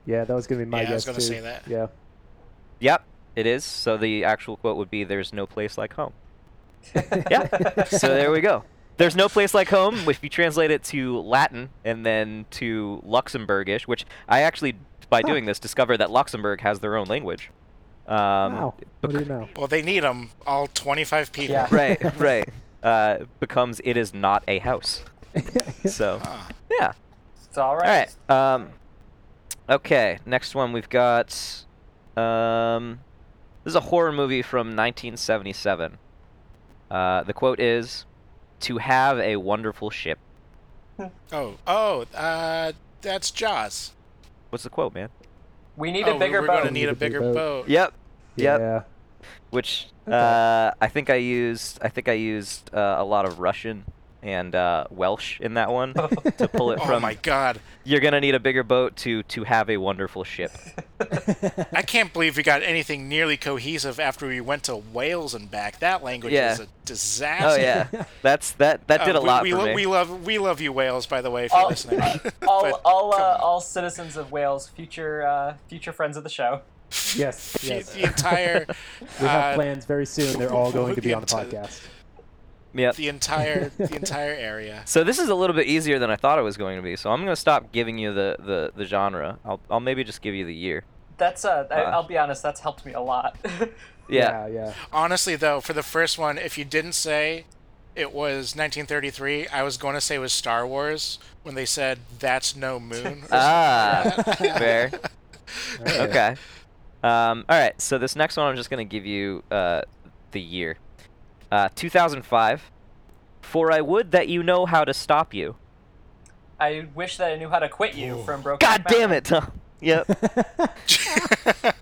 Yeah, that was gonna be my Yeah, I was guess gonna too. say that. Yeah. Yep, it is. So the actual quote would be, "There's no place like home." <laughs> Yeah. so there we go. There's no place like home if you translate it to Latin and then to Luxembourgish, which I actually, by Huh. doing this, discovered that Luxembourg has their own language. Um, wow. What do you know? Well, they need them all 25 people. Yeah. Right, right. Uh, becomes it is not a house. So Ah. yeah. It's all All right. right. Um, okay. Next one we've got. Um, this is a horror movie from 1977. Uh, the quote is, "To have a wonderful ship." Oh, oh, uh, that's Jaws. What's the quote, man? We need oh, a bigger we're boat. gonna need a bigger boat. Yep. <laughs> Yep. Yeah. <laughs> Which Okay. uh, I think I used. I think I used uh, a lot of Russian and uh, Welsh in that <laughs> one to pull it Oh from. my god. You're gonna need a bigger boat to to have a wonderful ship. I can't believe we got anything nearly cohesive after we went to Wales and back. That language Yeah. is a disaster. Oh yeah, that's that <laughs> that Uh, did a we, lot we, for lo- me. we love we love you Wales by the way if you're all, listening. <laughs> <laughs> all, But all, come uh, on. all citizens of Wales, future uh, future friends of the show. Yes. the, <laughs> Yes. the entire <laughs> We have uh, plans very soon. They're all going to be on <laughs> the Yeah, to- podcast. Yep. the entire the entire area. So this is a little bit easier than I thought it was going to be. So I'm gonna stop giving you the the, the genre. I'll I'll maybe just give you the year. That's uh, I, Uh. I'll be honest, that's helped me a lot. <laughs> Yeah. Yeah. yeah. Honestly though, for the first one, if you didn't say it was 1933, I was going to say it was Star Wars when they said that's no moon. or <laughs> Ah, something like that. <laughs> fair. Alright. Okay. Um. All right. So this next one, I'm just gonna give you uh the year, uh 2005. For I would that you know how to stop you. I wish that I knew how to quit you Ooh. from Broken. God damn it, Tom. Yep. <laughs>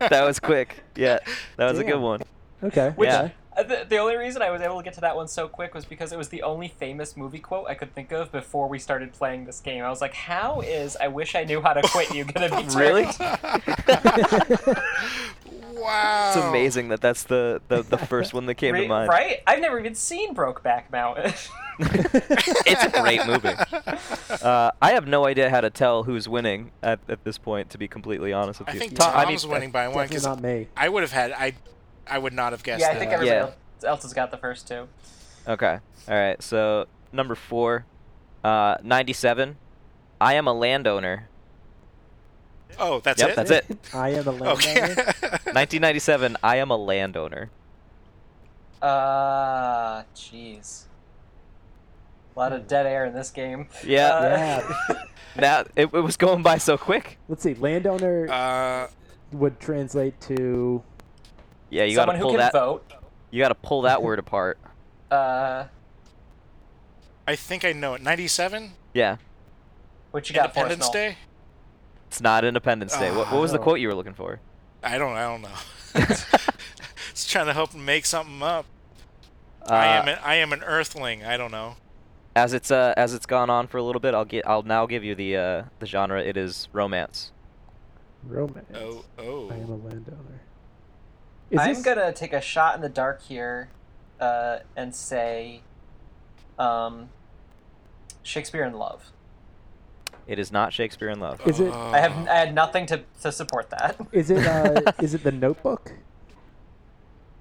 that was quick. Yeah. That was a good Damn. one. <laughs> Okay. Which- okay. Uh, The, the only reason I was able to get to that one so quick was because it was the only famous movie quote I could think of before we started playing this game. I was like, "How is I wish I knew how to quit you gonna be turned <laughs> Really? Wow. It's amazing that that's the, the, the first one that came Re- to mind. Oh. Right? I've never even seen Brokeback Mountain. <laughs> <laughs> <laughs> It's a great movie. Uh, I have no idea how to tell who's winning at, at this point. To be completely honest with I you, think Tom- I Tom's need- winning by one Definitely because not me. I would have had I, I would not have guessed. yeah, I that. think Yeah. everybody Yeah. else- else has got the first two. Okay. All right. So number four, uh, ninety-seven. I am a landowner. Oh, that's Yep, it. that's it. <laughs> I am a landowner. <laughs> Okay. <laughs> Nineteen ninety-seven. I am a landowner. Ah, jeez. A lot of dead air in this game. Yeah. Uh, Yeah. Now it, it was going by so quick. Let's see. Landowner uh, would translate to. Yeah, you Someone gotta who pull can that. vote. You gotta pull that word apart. Uh, I think I know it. Ninety-seven. Yeah. what you got for us, Independence Noel? Day. It's not Independence Day. What, what was the Oh. quote you were looking for? I don't. I <laughs> don't know. Just trying to help make something up. I am. Uh, An, I am an Earthling. I don't know. As it's uh, as it's gone on for a little bit, I'll get. I'll now give you the uh, the genre. It is romance. Romance. Oh, I am oh. a landowner. Is I'm this gonna take a shot in the dark here, uh, and say, um, Shakespeare in Love. It is not Shakespeare in Love. Is it- Oh. I have I had nothing to, to support that. <laughs> Is it uh, is it the Notebook?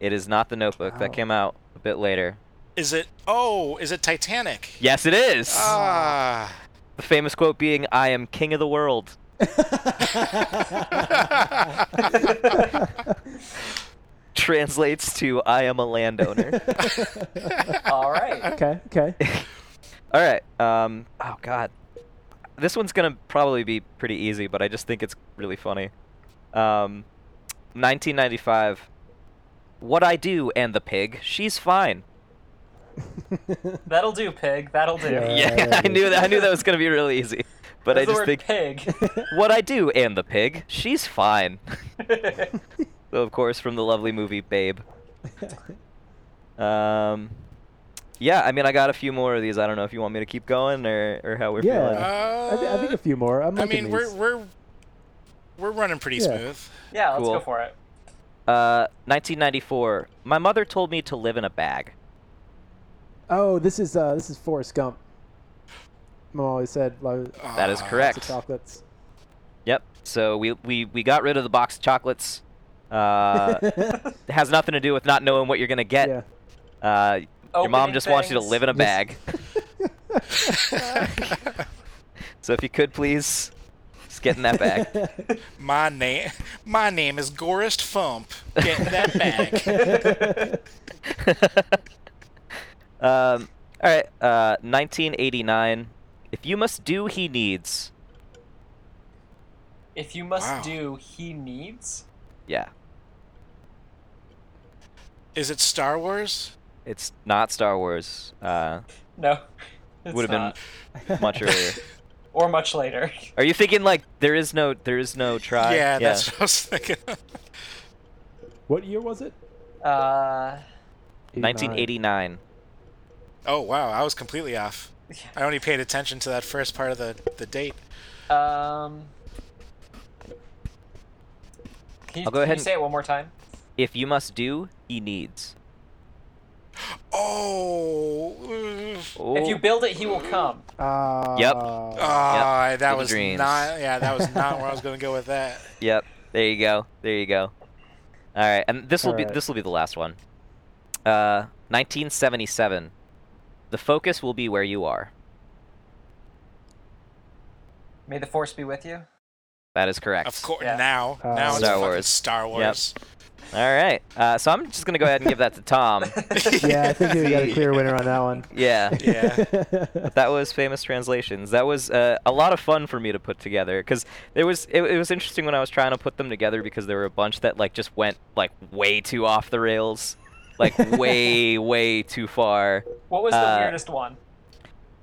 It is not The Notebook. Oh. That came out a bit later. Is it? Oh, is it Titanic? Yes, it is. <laughs> Ah. The famous quote being, "I am king of the world." <laughs> Translates to, "I am <laughs> a landowner." All right. okay, okay. All right. Um. Oh God. This one's gonna probably be pretty easy, but I just think it's really funny. Um, 1995. What I do and the pig. She's fine. That'll do, pig. That'll do. Yeah. Yeah, <laughs> I knew that. I knew that was gonna be really easy, but That's the I just word think pig. <laughs> what I do and the pig. <laughs> She's fine. <laughs> So, of course, from the lovely movie Babe. Um, yeah. I mean, I got a few more of these. I don't know if you want me to keep going or or how we're Yeah. feeling. I, thi- I think a few more. I'm Uh, I liking mean, we're these. we're we're running pretty Yeah. smooth. yeah, let's Cool. go for it. Uh, 1994. My mother told me to live in a bag. Oh, this is uh, this is Forrest Gump. Mom always said like, That is Ah, correct. lots of chocolates. Yep. So we we we got rid of the box of chocolates. Uh, <laughs> eh. it has nothing to do with not knowing what you're gonna get. yeah. Uh, your mom Opening just wants you to things. live in a Yes. bag. so if you could please, just get in <laughs> that bag. <laughs> my name my name is Gorist Fump. Get <laughs> that <laughs> bag. <laughs> um, all right. Uh, 1989. If you must do, he needs. If you must Wow. do, he needs. Yeah. is it Star Wars? It's not Star Wars. Uh, No, <laughs> it's would have not. been <laughs> much earlier. or much later. <laughs> Are you thinking like there is no there is no try? yeah, that's what I was thinking. What year was it? Uh, 1989. oh wow, I was completely off. I only paid attention to that first part of the, the date. um. Can you, I'll go can ahead you and- say it one more time? If you must do, he needs. Oh, oof. Oh, If you build it, he will come. 1989. Yep. Ah, <laughs> Uh, I- that little was dreams. not. Yeah, that was not where I was going to go with that. Yep. There you go. There you go. All right, and this will be Alright. this will be the last one. Uh, 1977. The focus will be where you are. May the force be with you. That is correct. Of course, Yeah. now Uh, now it's Star fucking Wars. Star Wars. All right. Uh, so I'm just gonna go ahead and give that to Tom. <laughs> yeah, I think we got a clear winner on that one. Yeah. <laughs> Yeah. That was famous translations. That was uh, a lot of fun for me to put together because there was it, it was interesting when I was trying to put them together because there were a bunch that like just went like way too off the rails, like way way too far. What was the Uh, weirdest one?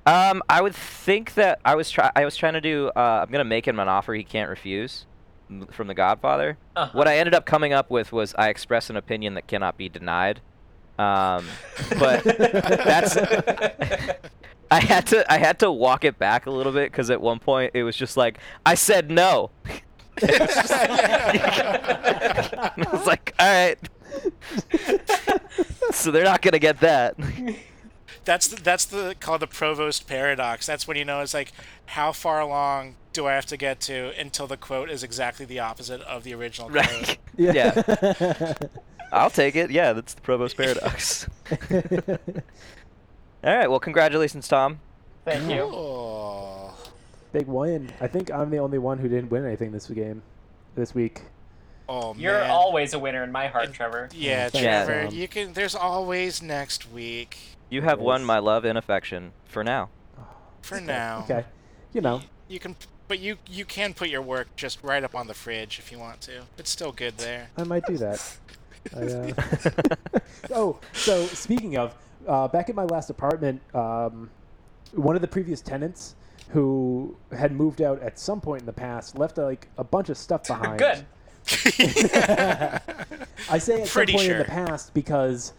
Um, I would think that I was try I was trying to do. Uh, I'm gonna make him an offer he can't refuse, m- from The Godfather. Uh-huh. What I ended up coming up with was I express an opinion that cannot be denied. Um, <laughs> but that's I had to I had to walk it back a little bit because at one point it was just like I said no. <laughs> I was like, all right. <laughs> so they're not gonna get that. <laughs> <laughs> That's the, that's the called the provost paradox. That's when you know it's like how far along do I have to get to until the quote is exactly the opposite of the original quote. Right. I'll take it. Yeah, that's the provost <laughs> paradox. All right. Well, congratulations, Tom. Thank you. Oh. <laughs> Big win. I think I'm the only one who didn't win anything this game, this week. Oh You're man. always a winner in my heart, <laughs> Trevor. yeah, Thanks, Trevor. Tom. You can. There's always next week. You have won Yes. my love and affection for now. For now. Okay, you know. You can, but you you can put your work just right up on the fridge if you want to. It's still good <laughs> there. I might do that. I, uh, oh, so speaking of, uh, back at my last apartment, um, one of the previous tenants who had moved out at some point in the past left like a bunch of <laughs> stuff behind. Good. I say at Pretty some point in sure. the past because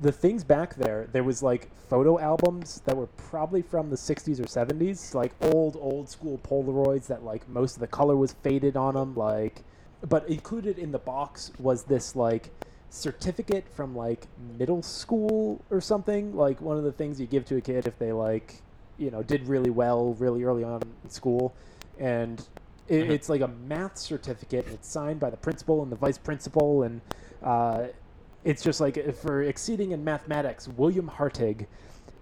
the things back there, there was like photo albums that were probably from the 60s or 70s, like old, old school Polaroids that like most of the color was faded on them. Like, but included in the box was this like certificate from like middle school or something, like one of the things you give to a kid if they like, you know, did really well really early on in school. And it, it's like a math certificate and it's signed by the principal and the vice principal and uh, it's just like for exceeding in mathematics william hartig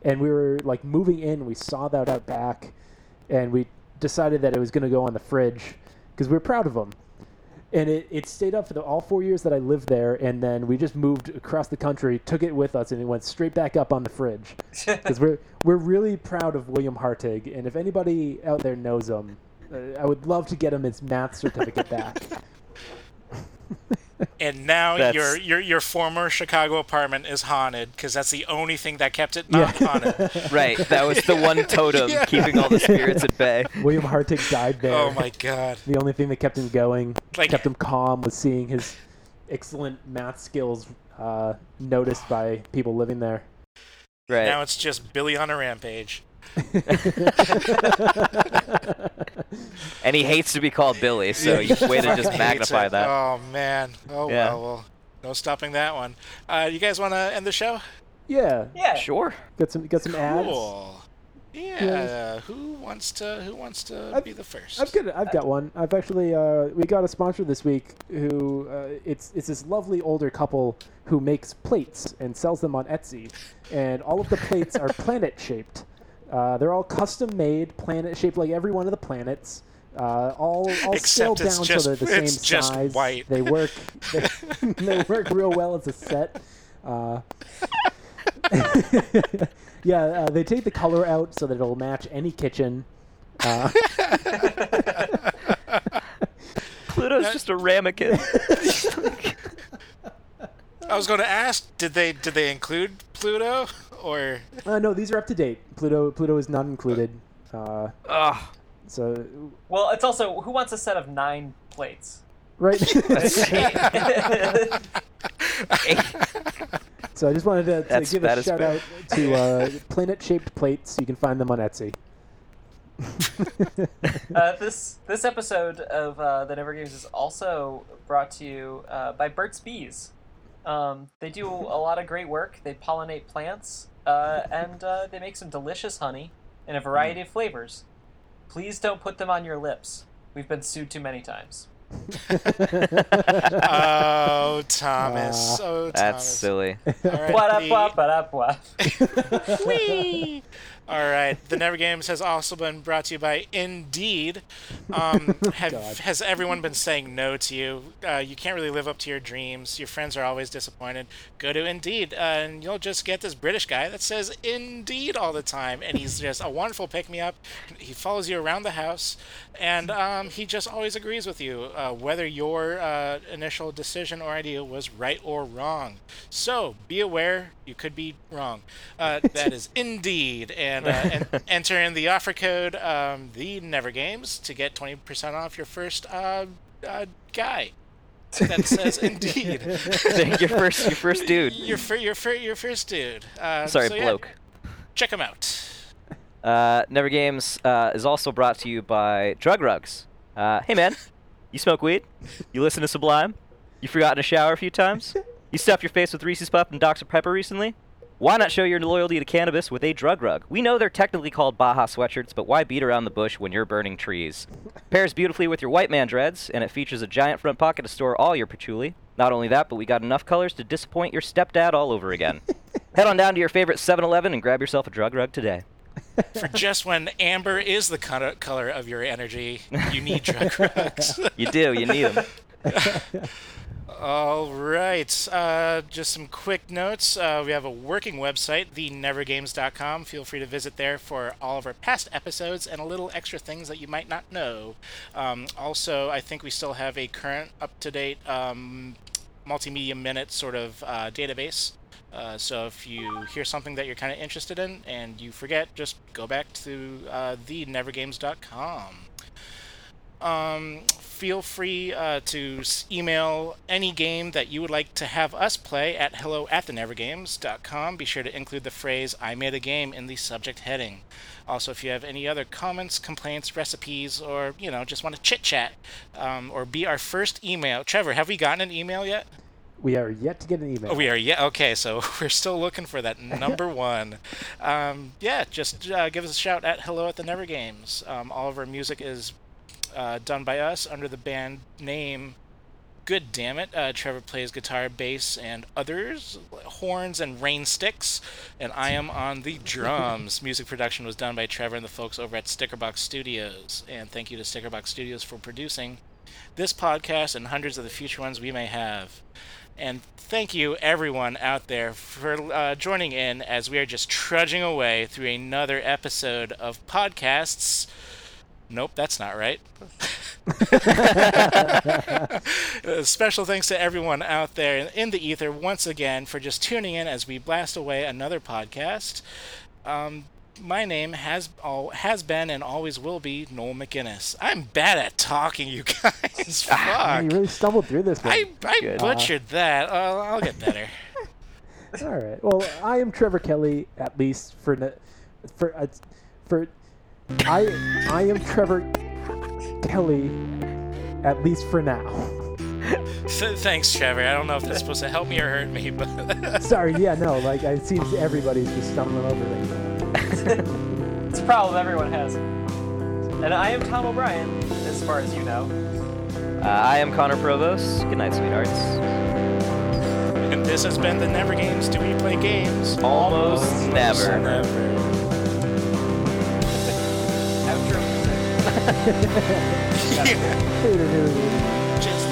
and we were like moving in we saw that out back and we decided that it was going to go on the fridge because we were proud of them. And it, it stayed up for the, all four years that I lived there, and then we just moved across the country, took it with us, and it went straight back up on the fridge because we're we're really proud of William Hartig, and if anybody out there knows him, uh, I would love to get him his math certificate back. And now That's- your your your former Chicago apartment is haunted because that's the only thing that kept it <laughs> not <laughs> haunted. <laughs> Right, that was <laughs> the one totem Yeah. keeping all the spirits at <laughs> bay. William Hartig died there. Oh my god! The only thing that kept him going, Like- kept him calm, was seeing his excellent math skills uh, noticed by people living <laughs> there. <laughs> Right. Now it's just Billy on a rampage. and he hates to be called Billy, so you way <laughs> to just Fucking hates magnify it. that. Oh man! Oh Yeah. well, well, no stopping that one. Uh, you guys want to end the show? Yeah, Uh, yeah. Sure. got some got some ads. Cool. Yeah. Who wants to? Who wants to I've- be the 1st I've got I've got one. I've actually uh, we got a sponsor this week who uh, it's it's this lovely older couple who makes plates and sells them on Etsy, and all of the plates <laughs> are planet shaped. Uh, they're all custom made, planet shaped like every one of the planets. Uh, all all Except scaled it's down just- so they're the same it's just size. white. They <laughs> work they, they <laughs> work real well as a set. Uh, <laughs> yeah, uh, they take the color out so that it'll match any kitchen. <laughs> Uh, <laughs> Pluto's just a <laughs> ramekin. I was going to ask. Did they? Did they include Pluto? Or Uh, no, these are up to date. Pluto Pluto is not included. Uh, Ugh. <laughs> <laughs> so Well, it's also who wants a set of nine <laughs> plates? right. yeah, <laughs> so I just wanted to, to That's give a about as shout bad. out to uh, Planet Shaped Plates. You can find them on Etsy. <laughs> uh, this this episode of uh, the Never Games is also brought to you uh, by Burt's Bees. Um, they do a lot of great work. They pollinate plants uh, and uh, they make some delicious honey in a variety of flavors. Please don't put them on your lips. We've been sued too many times. oh, Thomas. oh, That's Thomas. silly. All right, the- Ba-da-ba, ba-da-ba. All right. The Never Games has also been brought to you by Indeed. Um, God. have, has everyone been saying no to you? Uh, you can't really live up to your dreams. Your friends are always disappointed. Go to Indeed, uh, and you'll just get this British guy that says Indeed all the time, and he's just a wonderful pick me up. He follows you around the house, and um, he just always agrees with you, uh, whether your uh, initial decision or idea was right or wrong. So be aware, you could be wrong. <laughs> Uh, that is Indeed, and, uh, and enter in the offer code um, the Never Games to get twenty percent off your first uh, uh, guy. <laughs> That says <laughs> Indeed. your first, your first dude. <laughs> your fir- your fir- your first dude. Uh, Sorry, so yeah, bloke. check him out. Uh, Never Games uh, is also brought to you by Drug Rugs. Uh, hey man, you smoke weed? You listen to Sublime? You forgot in a shower a few times? You stuffed your face with Reese's Puff and Dr Pepper recently? Why not show your loyalty to cannabis with a drug rug? We know they're technically called Baja sweatshirts, but why beat around the bush when you're burning trees? Pairs beautifully with your white man dreads, and it features a giant front pocket to store all your patchouli. Not only that, but we got enough colors to disappoint your stepdad all over again. Head on down to your favorite 7 Eleven and grab yourself a drug rug today. <laughs> For just when amber is the color, color of your energy, you need <laughs> drug rugs. You do. You need Uh, them. All right. Uh, just some quick notes. Uh, we have a working website, thenevergames.com. Feel free to visit there for all of our past episodes and a little extra things that you might not know. Um, also, I think we still have a current, up to date um, multimedia minute sort of uh, database. Uh, so if you hear something that you're kind of interested in and you forget, just go back to uh, thenevergames.com um, feel free uh, to s- email any game that you would like to have us play at hello at thenevergames.com. Be sure to include the phrase I made a game in the subject heading. Also, if you have any other comments, complaints, recipes, or, you know, just want to chit chat um, or be our first email. Trevor, have we gotten an email yet? We are yet to get an email. Oh, we are, yeah. Okay, so <laughs> we're still looking for that number one. Um, yeah, just uh, give us a shout at hello at the Never Games. Um, all of our music is uh, done by us under the band name Good Damn It. Uh, Trevor plays guitar, bass, and others, horns, and rain sticks. And I am on the drums. Music production was done by Trevor and the folks over at Stickerbox Studios. And thank you to Stickerbox Studios for producing this podcast and hundreds of the future ones we may have. And thank you, everyone out there, for uh, joining in as we are just trudging away through another episode of podcasts. Nope, that's <laughs> not right. Uh, Special thanks to everyone out there in the ether once again for just tuning in as we blast away another podcast. Um, my name has all has been and always will be Noel McGinnis. I'm bad at talking, you <laughs> guys. Man, Fuck. Ah, you really stumbled through this one. I, I Good. butchered that. Uh, I'll get better. All right. Well, I am Trevor Kelly, at least for n- for uh, for I I am Trevor Kelly, at least for now. <laughs> Th- thanks, Trevor. I don't know if that's supposed to help me or hurt me, but <laughs> Sorry. Yeah. No. Like it seems everybody's just stumbling over things. It's a problem everyone has. And I am Tom O'Brien, as far as you know. Uh, I am Connor Provost. Good night, sweethearts. and this has been the Never Games Do We Play Games. Almost, never. Never. Outro music. Dude, dude, dude. Just